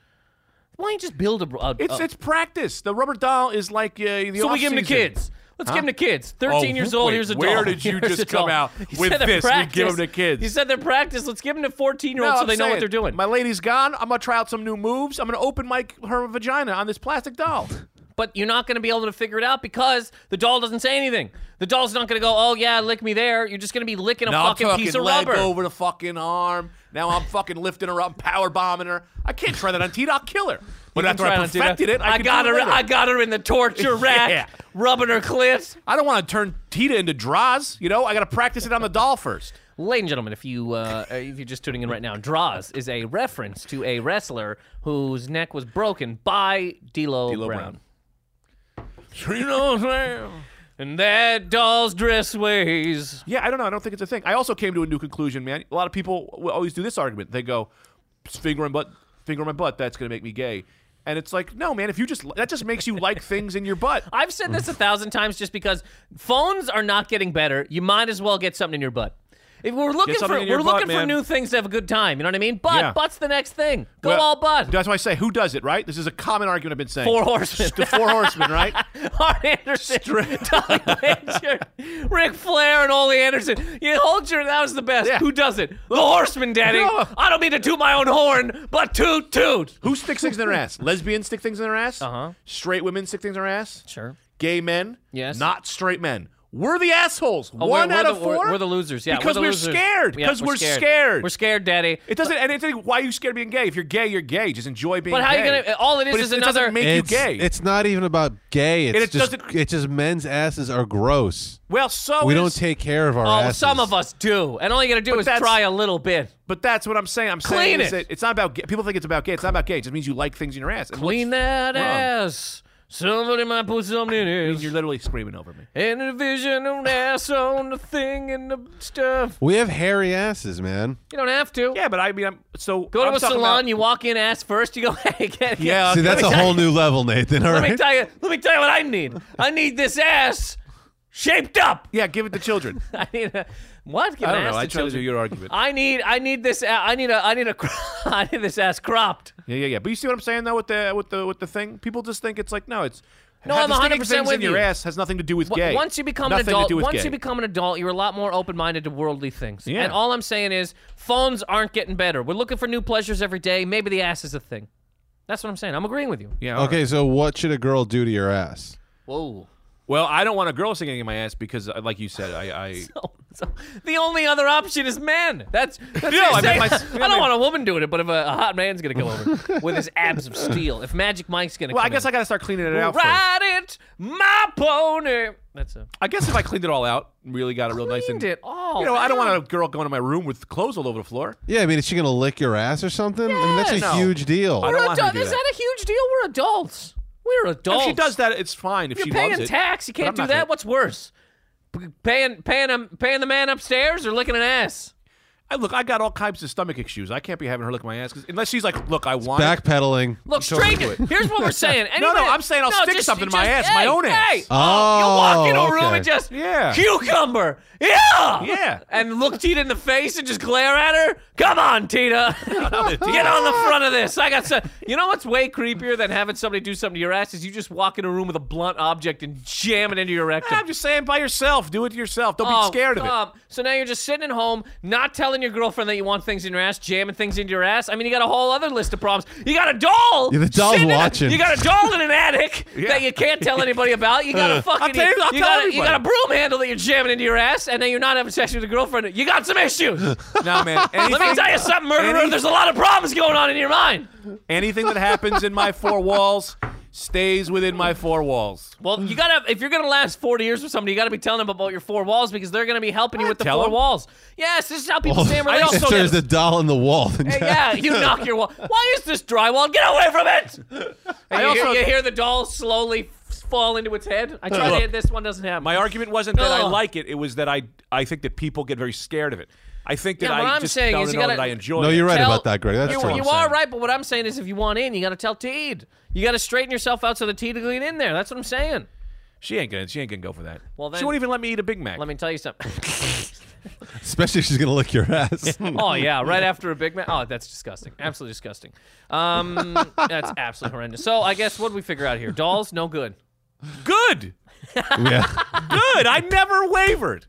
S3: Why don't you just build a? bro- a-
S2: It's
S3: a-
S2: it's practice. The rubber doll is like uh, the.
S3: uh, so we give them to
S2: off-season.
S3: kids. Let's give them to kids. 13
S2: Oh,
S3: years old.
S2: wait,
S3: here's a doll.
S2: where did you
S3: Here's
S2: just
S3: a doll.
S2: come out
S3: He
S2: with
S3: said they're
S2: this? We give
S3: practice.
S2: 'em to kids.
S3: He said they're practice. Let's give them to 14 year
S2: No,
S3: olds so
S2: I'm
S3: they know what
S2: saying,
S3: they're doing.
S2: My lady's gone. I'm gonna try out some new moves. I'm gonna open my her vagina on this plastic doll.
S3: but you're not going to be able to figure it out because the doll doesn't say anything. The doll's not going to go, oh yeah, lick me there. You're just going to be licking a fucking piece of rubber.
S2: over the fucking arm. Now I'm fucking lifting her up, power bombing her. I can't try that on Tita. I'll kill her. But
S3: You
S2: after
S3: can
S2: I
S3: try to do
S2: perfected
S3: that.
S2: it, I,
S3: I,
S2: can
S3: got
S2: do it
S3: her.
S2: later.
S3: I got her in the torture rack,
S2: Yeah.
S3: rubbing her clit.
S2: I don't want to turn Tita into Draws. You know, I gotta practice it on the doll first.
S3: Ladies and gentlemen, if you uh, if you're just tuning in right now, Draws is a reference to a wrestler whose neck was broken by D'Lo,
S2: D'Lo
S3: Brown.
S2: Brown.
S3: And that doll's dress ways.
S2: Yeah, I don't know. I don't think it's a thing. I also came to a new conclusion, man. A lot of people will always do this argument. They go, "Finger my butt, finger my butt. That's gonna make me gay." And it's like, no, man. If you just that just makes you like things in your butt.
S3: I've said this a thousand times just because phones are not getting better. You might as well get something in your butt. If we're looking for
S2: something in your
S3: we're
S2: butt,
S3: looking for
S2: man.
S3: new things to have a good time, you know what I mean? But
S2: Yeah.
S3: butt's the next thing. Go
S2: Well,
S3: all butt.
S2: That's why I say, who does it, right? This is a common argument I've been saying.
S3: Four horsemen.
S2: The four horsemen, right?
S3: Art Anderson, Tommy Blanchard, Ric Flair, and Ole Anderson. You hold your. That was the best.
S2: Yeah.
S3: Who does it? The Horseman, Daddy.
S2: No.
S3: I don't mean to toot my own horn, but toot toot.
S2: Who sticks things in their ass? Lesbians stick things in their ass. Uh-huh. Straight women stick things in their ass.
S3: Sure.
S2: Gay men.
S3: Yes.
S2: Not straight men. We're the assholes. One
S3: Oh, we're- we're
S2: out
S3: the-
S2: of 4
S3: We're, we're the losers. Yeah,
S2: Because
S3: we're, the
S2: we're
S3: losers.
S2: scared.
S3: Yeah,
S2: Because we're, scared.
S3: We're scared, Daddy.
S2: It doesn't. And it's like, why are you scared of being gay? If you're gay, you're gay. Just enjoy being.
S3: But how
S2: gay.
S3: you gonna? All it is
S2: But
S3: is
S2: it's- It
S3: another.
S2: doesn't make
S4: It's,
S2: you gay.
S4: it's not even about gay. It's
S2: And it
S4: just
S2: doesn't-
S4: it's just men's asses are gross.
S2: well, so
S4: We
S2: is-
S4: don't take care of our
S3: oh,
S4: asses.
S3: some of us do, and all you gotta do is
S2: that's-
S3: try a little bit.
S2: But that's what I'm saying. I'm
S3: Clean
S2: saying is
S3: it.
S2: that it's not about. Gay. People think it's about gay. It's not about gay. It just means you like things in your ass. And
S3: Clean
S2: what's
S3: that
S2: wrong?
S3: ass. Somebody might put something in it.
S2: You're literally screaming over me.
S3: And a vision of an ass on the thing and the stuff.
S4: We have hairy asses, man.
S3: You don't have to.
S2: Yeah, but I mean, I'm so
S3: Go to
S2: I'm
S3: a
S2: talking
S3: salon,
S2: about-
S3: you walk in ass first, you go, hey, get,
S2: Yeah,
S4: See,
S2: okay.
S4: that's a whole new level, Nathan. All
S3: let me
S4: right.
S3: tell you let me tell you what I need. I need this ass shaped up.
S2: Yeah, give it to children.
S3: I need a What? Give
S2: I
S3: an
S2: don't
S3: ass
S2: know. I
S3: to
S2: try to do
S3: children.
S2: your argument.
S3: I need I need this a- I need a I need a cro- I need this ass cropped.
S2: Yeah, yeah, yeah. But you see what I'm saying though with the with the with the thing? People just think it's like no, it's
S3: No,
S2: half
S3: I'm
S2: the sticky
S3: 100%
S2: things in
S3: with
S2: your
S3: you.
S2: ass has nothing to do with
S3: Wh-
S2: gay.
S3: Once you become
S2: nothing
S3: an adult,
S2: to do with
S3: once
S2: gay.
S3: you become an adult, you're a lot more open-minded to worldly things.
S2: Yeah.
S3: And all I'm saying is, phones aren't getting better. We're looking for new pleasures every day. Maybe the ass is a thing. That's what I'm saying. I'm agreeing with you.
S2: yeah, all right.
S4: Okay, so what should a girl do to your ass?
S3: Whoa.
S2: Well, I don't want a girl singing in my ass because, uh, like you said, I. I
S3: So, so the only other option is men. That's, that's what
S2: No,
S3: you're
S2: I meant
S3: saying.
S2: my-
S3: I, don't want a woman doing it, but if a, a hot man's gonna come over with his abs of steel, if Magic Mike's gonna,
S2: well, I
S3: come
S2: guess I
S3: in,
S2: got to start cleaning it out. first.
S3: ride it, my pony. That's a
S2: I guess if I cleaned it all out, really got it real nice and
S3: cleaned it all.
S2: You know, I don't want a girl going to my room with clothes all over the floor.
S4: Yeah, I mean, is she gonna lick your ass or something? I mean, that's a
S2: Yes. No.
S4: huge deal.
S2: I don't
S3: We're
S2: want her to
S3: adults.
S2: do
S3: Is
S2: that.
S3: that a huge deal? We're adults. We're adults.
S2: If she does that, it's fine. If
S3: Oh. You're
S2: she
S3: paying
S2: loves it,
S3: tax. You
S2: But I'm
S3: can't do
S2: not
S3: that.
S2: gonna-
S3: What's worse, P- paying paying him paying the man upstairs or licking an ass?
S2: I, look, I got all kinds of stomach issues. I can't be having her lick my ass 'cause- unless she's like, "Look, I want." it.
S4: Backpedaling.
S3: Look,
S2: Totally
S3: straight.
S2: do it.
S3: Here's what we're saying. Any
S2: No, no,
S3: man-
S2: I'm saying I'll stick
S3: just-
S2: something in my
S3: just-
S2: ass, my
S3: hey,
S2: own ass.
S3: Hey, you walk into a
S4: Oh,
S3: room
S4: okay.
S3: and just
S2: Yeah.
S3: cucumber, yeah,
S2: Yeah.
S3: and look Tita in the face and just glare at her. Come on, Tita, get on the front of this. I got so. You know what's way creepier than having somebody do something to your ass is you just walk in a room with a blunt object and jam it into your rectum.
S2: I'm just saying, by yourself, do it to yourself. Don't
S3: Oh,
S2: be scared of it.
S3: come. So now you're just sitting at home, not telling your girlfriend that you want things in your ass, jamming things into your ass. I mean, you got a whole other list of problems. You got a doll.
S4: Yeah, the doll's
S3: sitting in a-
S4: watching.
S3: you got a doll in an attic
S2: Yeah.
S3: that you can't tell anybody about. You got a fucking.
S2: tell you- I'll
S3: you
S2: tell
S3: got a, you
S2: everybody.
S3: got a broom handle that you're jamming into your ass, and then you're not having sex with your girlfriend. You got some issues.
S2: No, man.
S3: Let me
S2: Anything,
S3: tell you something, murderer.
S2: Any-
S3: There's a lot of problems going on in your mind.
S2: anything that happens in my four walls stays within my four walls.
S3: Well, you gotta if you're gonna last 40 years with somebody, you gotta be telling them about your four walls because they're gonna be helping you with the
S2: tell
S3: four
S2: 'em.
S3: walls. Yes, this is how people
S4: Well,
S3: stay in
S2: I also
S3: relationships.
S4: if there's a doll in the wall,
S2: Uh,
S4: then
S3: Hey, yeah, you knock your wall. Why is this drywall? Get away from it! And you,
S2: also-
S3: hear, you hear the doll slowly f- fall into its head. I tried it. This one doesn't happen.
S2: My argument wasn't that I
S3: Ugh.
S2: like it; it was that I I think that people get very scared of it. I think that
S3: Yeah, what
S2: I
S3: I'm
S2: just
S3: saying
S2: found
S3: is
S2: to
S3: you
S2: know
S3: gotta-
S2: that I enjoy.
S4: No,
S2: it.
S4: you're right
S3: Tell-
S4: about that, Greg. That's
S3: you,
S4: true.
S3: you are right, but what I'm saying is, if you want in, you got to tell Teed. You got to straighten yourself out so the Teed can get in there. That's what I'm saying.
S2: She ain't gonna. She ain't gonna go for that.
S3: Well,
S2: she
S3: then-
S2: won't even let me eat a Big Mac.
S3: Let me tell you something.
S4: Especially if she's gonna lick your ass.
S3: oh yeah, right after a Big Mac. Oh, that's disgusting. Absolutely disgusting. Um, that's absolutely horrendous. So I guess what did we figure out here? Dolls, no good.
S2: Good,
S4: yeah.
S2: good. I never wavered.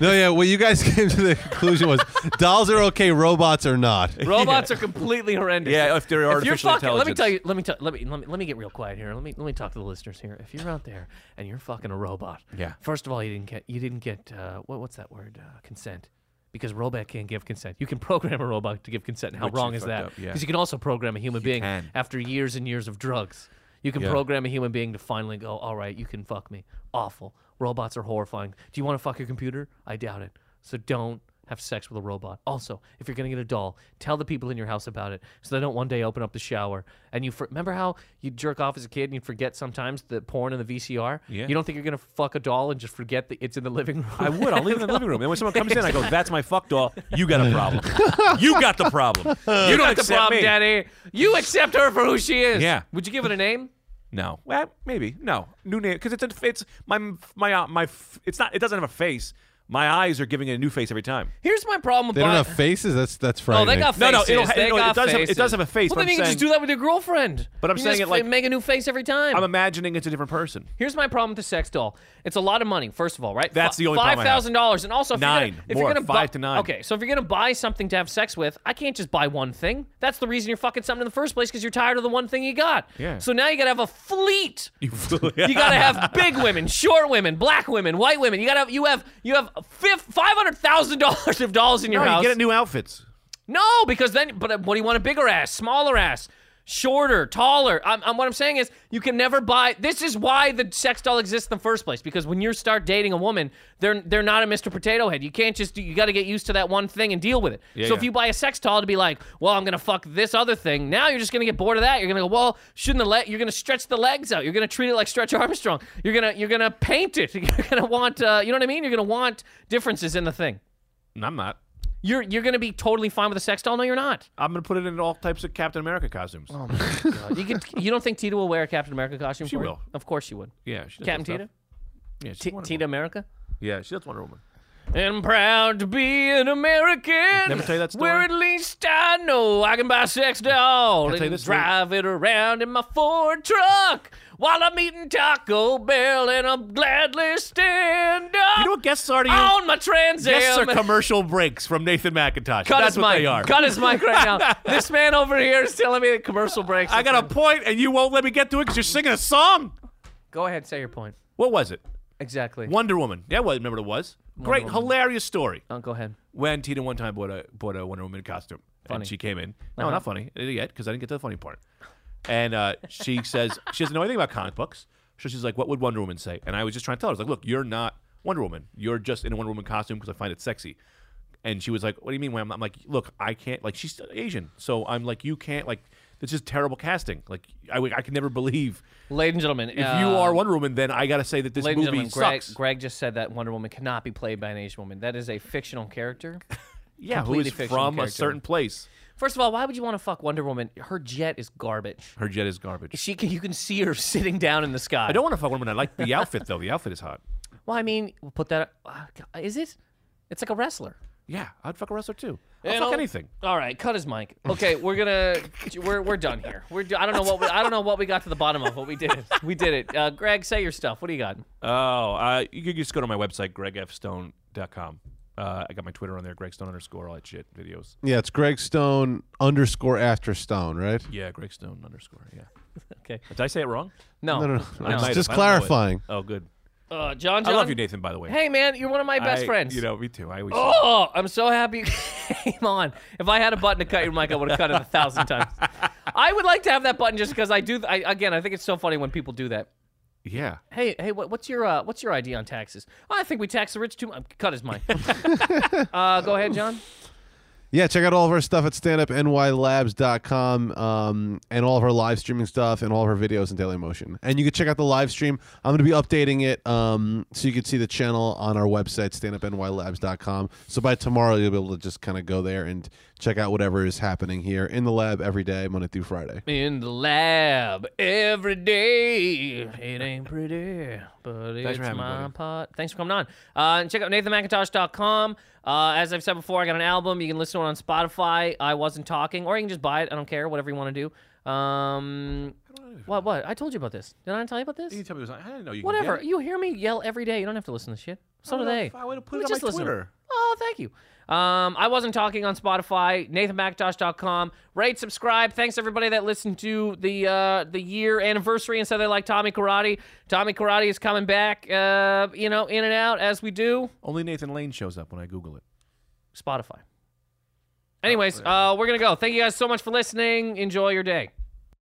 S4: No, yeah. What you guys came to the conclusion was dolls are okay, robots are not.
S3: Robots are completely horrendous.
S2: Yeah, if they're
S3: If you're
S2: artificial
S3: fucking, let me
S2: intelligence.
S3: tell you, let me tell, let me, let me, let me get real quiet here. Let me, let me talk to the listeners here. If you're out there and you're fucking a robot,
S2: Yeah.
S3: First of all, you didn't get, you didn't get, uh, what, what's that word? Uh, consent, because robot can't give consent. You can program a robot to give consent. How
S2: Which is
S3: wrong is
S2: fucked
S3: that?
S2: up, yeah.
S3: you can also program a human being
S2: can.
S3: after years and years of drugs. You can
S2: Yeah.
S3: program a human being to finally go, all right, you can fuck me. Awful. Robots are horrifying. Do you want to fuck your computer? I doubt it. So don't have sex with a robot. Also, if you're going to get a doll, tell the people in your house about it so they don't one day open up the shower and you for- remember how you jerk off as a kid and you forget sometimes the porn and the VCR?
S2: Yeah.
S3: You don't think you're going to fuck a doll and just forget that it's in the living room?
S2: I would. I'll leave it in the living room. And when someone comes in, I go, "That's my fuck doll. You got a problem. You got the problem. You
S3: you
S2: don't
S3: got the
S2: accept
S3: problem,
S2: me."
S3: Daddy. You accept her for who she is.
S2: Yeah.
S3: Would you give it a name?
S2: No. Well, maybe no new name because it's a, it's my my uh, my f- it's not it doesn't have a face. My eyes are giving it a new face every time.
S3: Here's my problem with
S4: They don't
S3: bi-
S4: have faces. That's that's
S3: Oh,
S4: frightening.
S3: they got faces.
S2: No, no, it'll ha-
S3: they
S2: no, it
S3: got
S2: does have- it
S3: faces.
S2: does have a face,
S3: Well,
S2: but
S3: then
S2: I'm
S3: you can just
S2: saying-
S3: do that with your girlfriend.
S2: But I'm
S3: You
S2: saying it
S3: just
S2: like-
S3: f- make a new face every time.
S2: I'm imagining it's a different person.
S3: Here's my problem with the sex doll. It's a lot of money, first of all, right?
S2: That's
S3: Fi-
S2: the only problem I
S3: Five
S2: have.
S3: thousand dollars, and also if
S2: Nine.
S3: You're gonna, if
S2: More,
S3: you're gonna
S2: five
S3: bu-
S2: to nine.
S3: Okay, so if you're gonna buy something to have sex with, I can't just buy one thing. That's the reason you're fucking something in the first place because you're tired of the one thing you got.
S2: Yeah.
S3: So now you gotta have a fleet.
S2: You,
S3: You gotta have big women, short women, black women, white women. You gotta have you have you have five hundred thousand dollars of dolls in your
S2: no,
S3: house.
S2: you get new outfits.
S3: No, because then, but uh, what do you want? A bigger ass, smaller ass, shorter, taller? I'm, I'm, what I'm saying is, you can never buy. This is why the sex doll exists in the first place. Because when you start dating a woman, they're they're not a Mr. Potato Head. You can't just you got to get used to that one thing and deal with it. so if
S2: yeah.
S3: you buy a sex doll to be like, well, I'm gonna fuck this other thing. Now you're just gonna get bored of that. You're gonna go, well, shouldn't the leg? You're gonna stretch the legs out. You're gonna treat it like Stretch Armstrong. You're gonna you're gonna paint it. You're gonna want uh, you know what I mean? You're gonna want differences in the thing.
S2: No, I'm not.
S3: You're you're gonna be totally fine with a sex doll. No, you're not.
S2: I'm gonna put it in all types of Captain America costumes.
S3: You can. You don't think Tita will wear a Captain America costume?
S2: She
S3: for you?
S2: will.
S3: Of course she would.
S2: yeah, she does that
S3: Captain
S2: stuff.
S3: Tita.
S2: Yeah, she's
S3: T-
S2: Wonder
S3: Tita America.
S2: Woman. Yeah, she does Wonder Woman.
S3: And proud to be an American.
S2: Never tell you that story?
S3: Where at least I know I can buy a sex doll
S2: I tell you
S3: and
S2: this story?
S3: drive it around in my Ford truck while I'm eating Taco Bell and I'll gladly stand up
S2: You know what guests are to you?
S3: on my Trans Am.
S2: guests are commercial breaks from Nathan McIntosh.
S3: Cut
S2: That's
S3: his
S2: what
S3: mic.
S2: they are.
S3: Cut his mic right now. this man over here is telling me that commercial breaks.
S2: I got a point, and you won't let me get to it because you're singing a song.
S3: Go ahead, say your point.
S2: What was it?
S3: Exactly.
S2: Wonder Woman. Yeah, well, remember what it was. Great,
S3: Woman.
S2: hilarious story.
S3: Oh, go ahead.
S2: When Tina one time bought a bought a Wonder Woman costume,
S3: Funny. Uh-huh.
S2: and she came in. No, not funny yet, because I didn't get to the funny part. And uh, she says she doesn't know anything about comic books, so she's like, "What would Wonder Woman say?" And I was just trying to tell her, I was like, "Look, you're not Wonder Woman. You're just in a Wonder Woman costume because I find it sexy." And she was like, "What do you mean?" When I'm, I'm like, "Look, I can't. Like, she's Asian, so I'm like, you can't. Like, this is terrible casting. Like, I would- I can never believe."
S3: Ladies and gentlemen,
S2: If you are Wonder Woman, then I gotta say that this
S3: Ladies and
S2: movie
S3: gentlemen, Greg,
S2: sucks.
S3: Greg just said that Wonder Woman cannot be played by an Asian woman. That is a fictional character.
S2: yeah, who
S3: completely
S2: is
S3: fictional
S2: from a
S3: character.
S2: certain place?
S3: First of all, why would you want to fuck Wonder Woman? Her jet is garbage.
S2: Her jet is garbage.
S3: She can, you can see her sitting down in the sky.
S2: I don't want to fuck Wonder Woman. I like the outfit though. The outfit is hot.
S3: Well, I mean, we'll put that. Uh, is it? It's like a wrestler.
S2: Yeah, I'd fuck a wrestler too.
S3: You
S2: I'd fuck
S3: know?
S2: anything.
S3: All right, cut his mic. Okay, we're gonna we're we're done here. We're do- I don't know what we, I don't know what we got to the bottom of, but we did it. We did it. Uh, Greg, say your stuff. What do you got?
S2: Oh, uh, you could just go to my website, gregfstone.com. Uh, I got my Twitter on there, Gregstone underscore all that shit videos.
S4: Yeah, it's Greg Stone underscore after Stone, right?
S2: Yeah, Gregstone underscore. Yeah.
S3: Okay.
S2: Did I say it wrong?
S3: No.
S4: No, no,
S2: I might
S4: no. Just,
S2: have.
S4: just
S2: I don't know it.
S4: clarifying.
S2: Oh, good.
S3: Uh, John,
S2: I
S3: John.
S2: love you, Nathan. By the way.
S3: Hey, man, you're one of my best
S2: I-
S3: friends.
S2: You know, me too. I always.
S3: Oh, I'm so happy you came on. If I had a button to cut your mic, I would have cut it a thousand times. I would like to have that button just because I do. I, again, I think it's so funny when people do that.
S2: Yeah.
S3: Hey, hey, what, what's your uh, what's your idea on taxes? I think we tax the rich too much. Cut his mic. uh, go ahead, John.
S4: Yeah, check out all of our stuff at standupnylabs.com um, and all of our live streaming stuff and all of our videos in Daily Motion. And you can check out the live stream. I'm going to be updating it um, so you can see the channel on our website, standupnylabs.com. So by tomorrow, you'll be able to just kind of go there and check out whatever is happening here in the lab every day, Monday through Friday.
S3: In the lab every day. It ain't pretty, but
S2: Thanks for
S3: it's
S2: having me,
S3: my
S2: buddy.
S3: pot. Thanks for coming on. Uh, and check out NathanMcIntosh.com. Uh, as I've said before, I got an album. You can listen to it on Spotify. I wasn't talking, or you can just buy it. I don't care. Whatever you want to do. Um, what? What? I told you about this. Did I not tell you about this?
S2: You tell me it was on- I didn't know you. could
S3: Whatever.
S2: get it.
S3: You hear me yell every day. You don't have to listen to shit. So do
S2: would've-
S3: they.
S2: I would've put it
S3: Let me
S2: on
S3: just
S2: my
S3: listen.
S2: Twitter.
S3: Oh, thank you. Um, I wasn't talking on Spotify. NathanMcIntosh.com. Rate, subscribe. Thanks everybody that listened to the uh, the year anniversary and said they like Tommy Karate. Tommy Karate is coming back. Uh, you know, in and out as we do.
S2: Only Nathan Lane shows up when I Google it. Oh,
S3: Spotify. Anyways, uh, we're gonna go. Thank you guys so much for listening. Enjoy your day.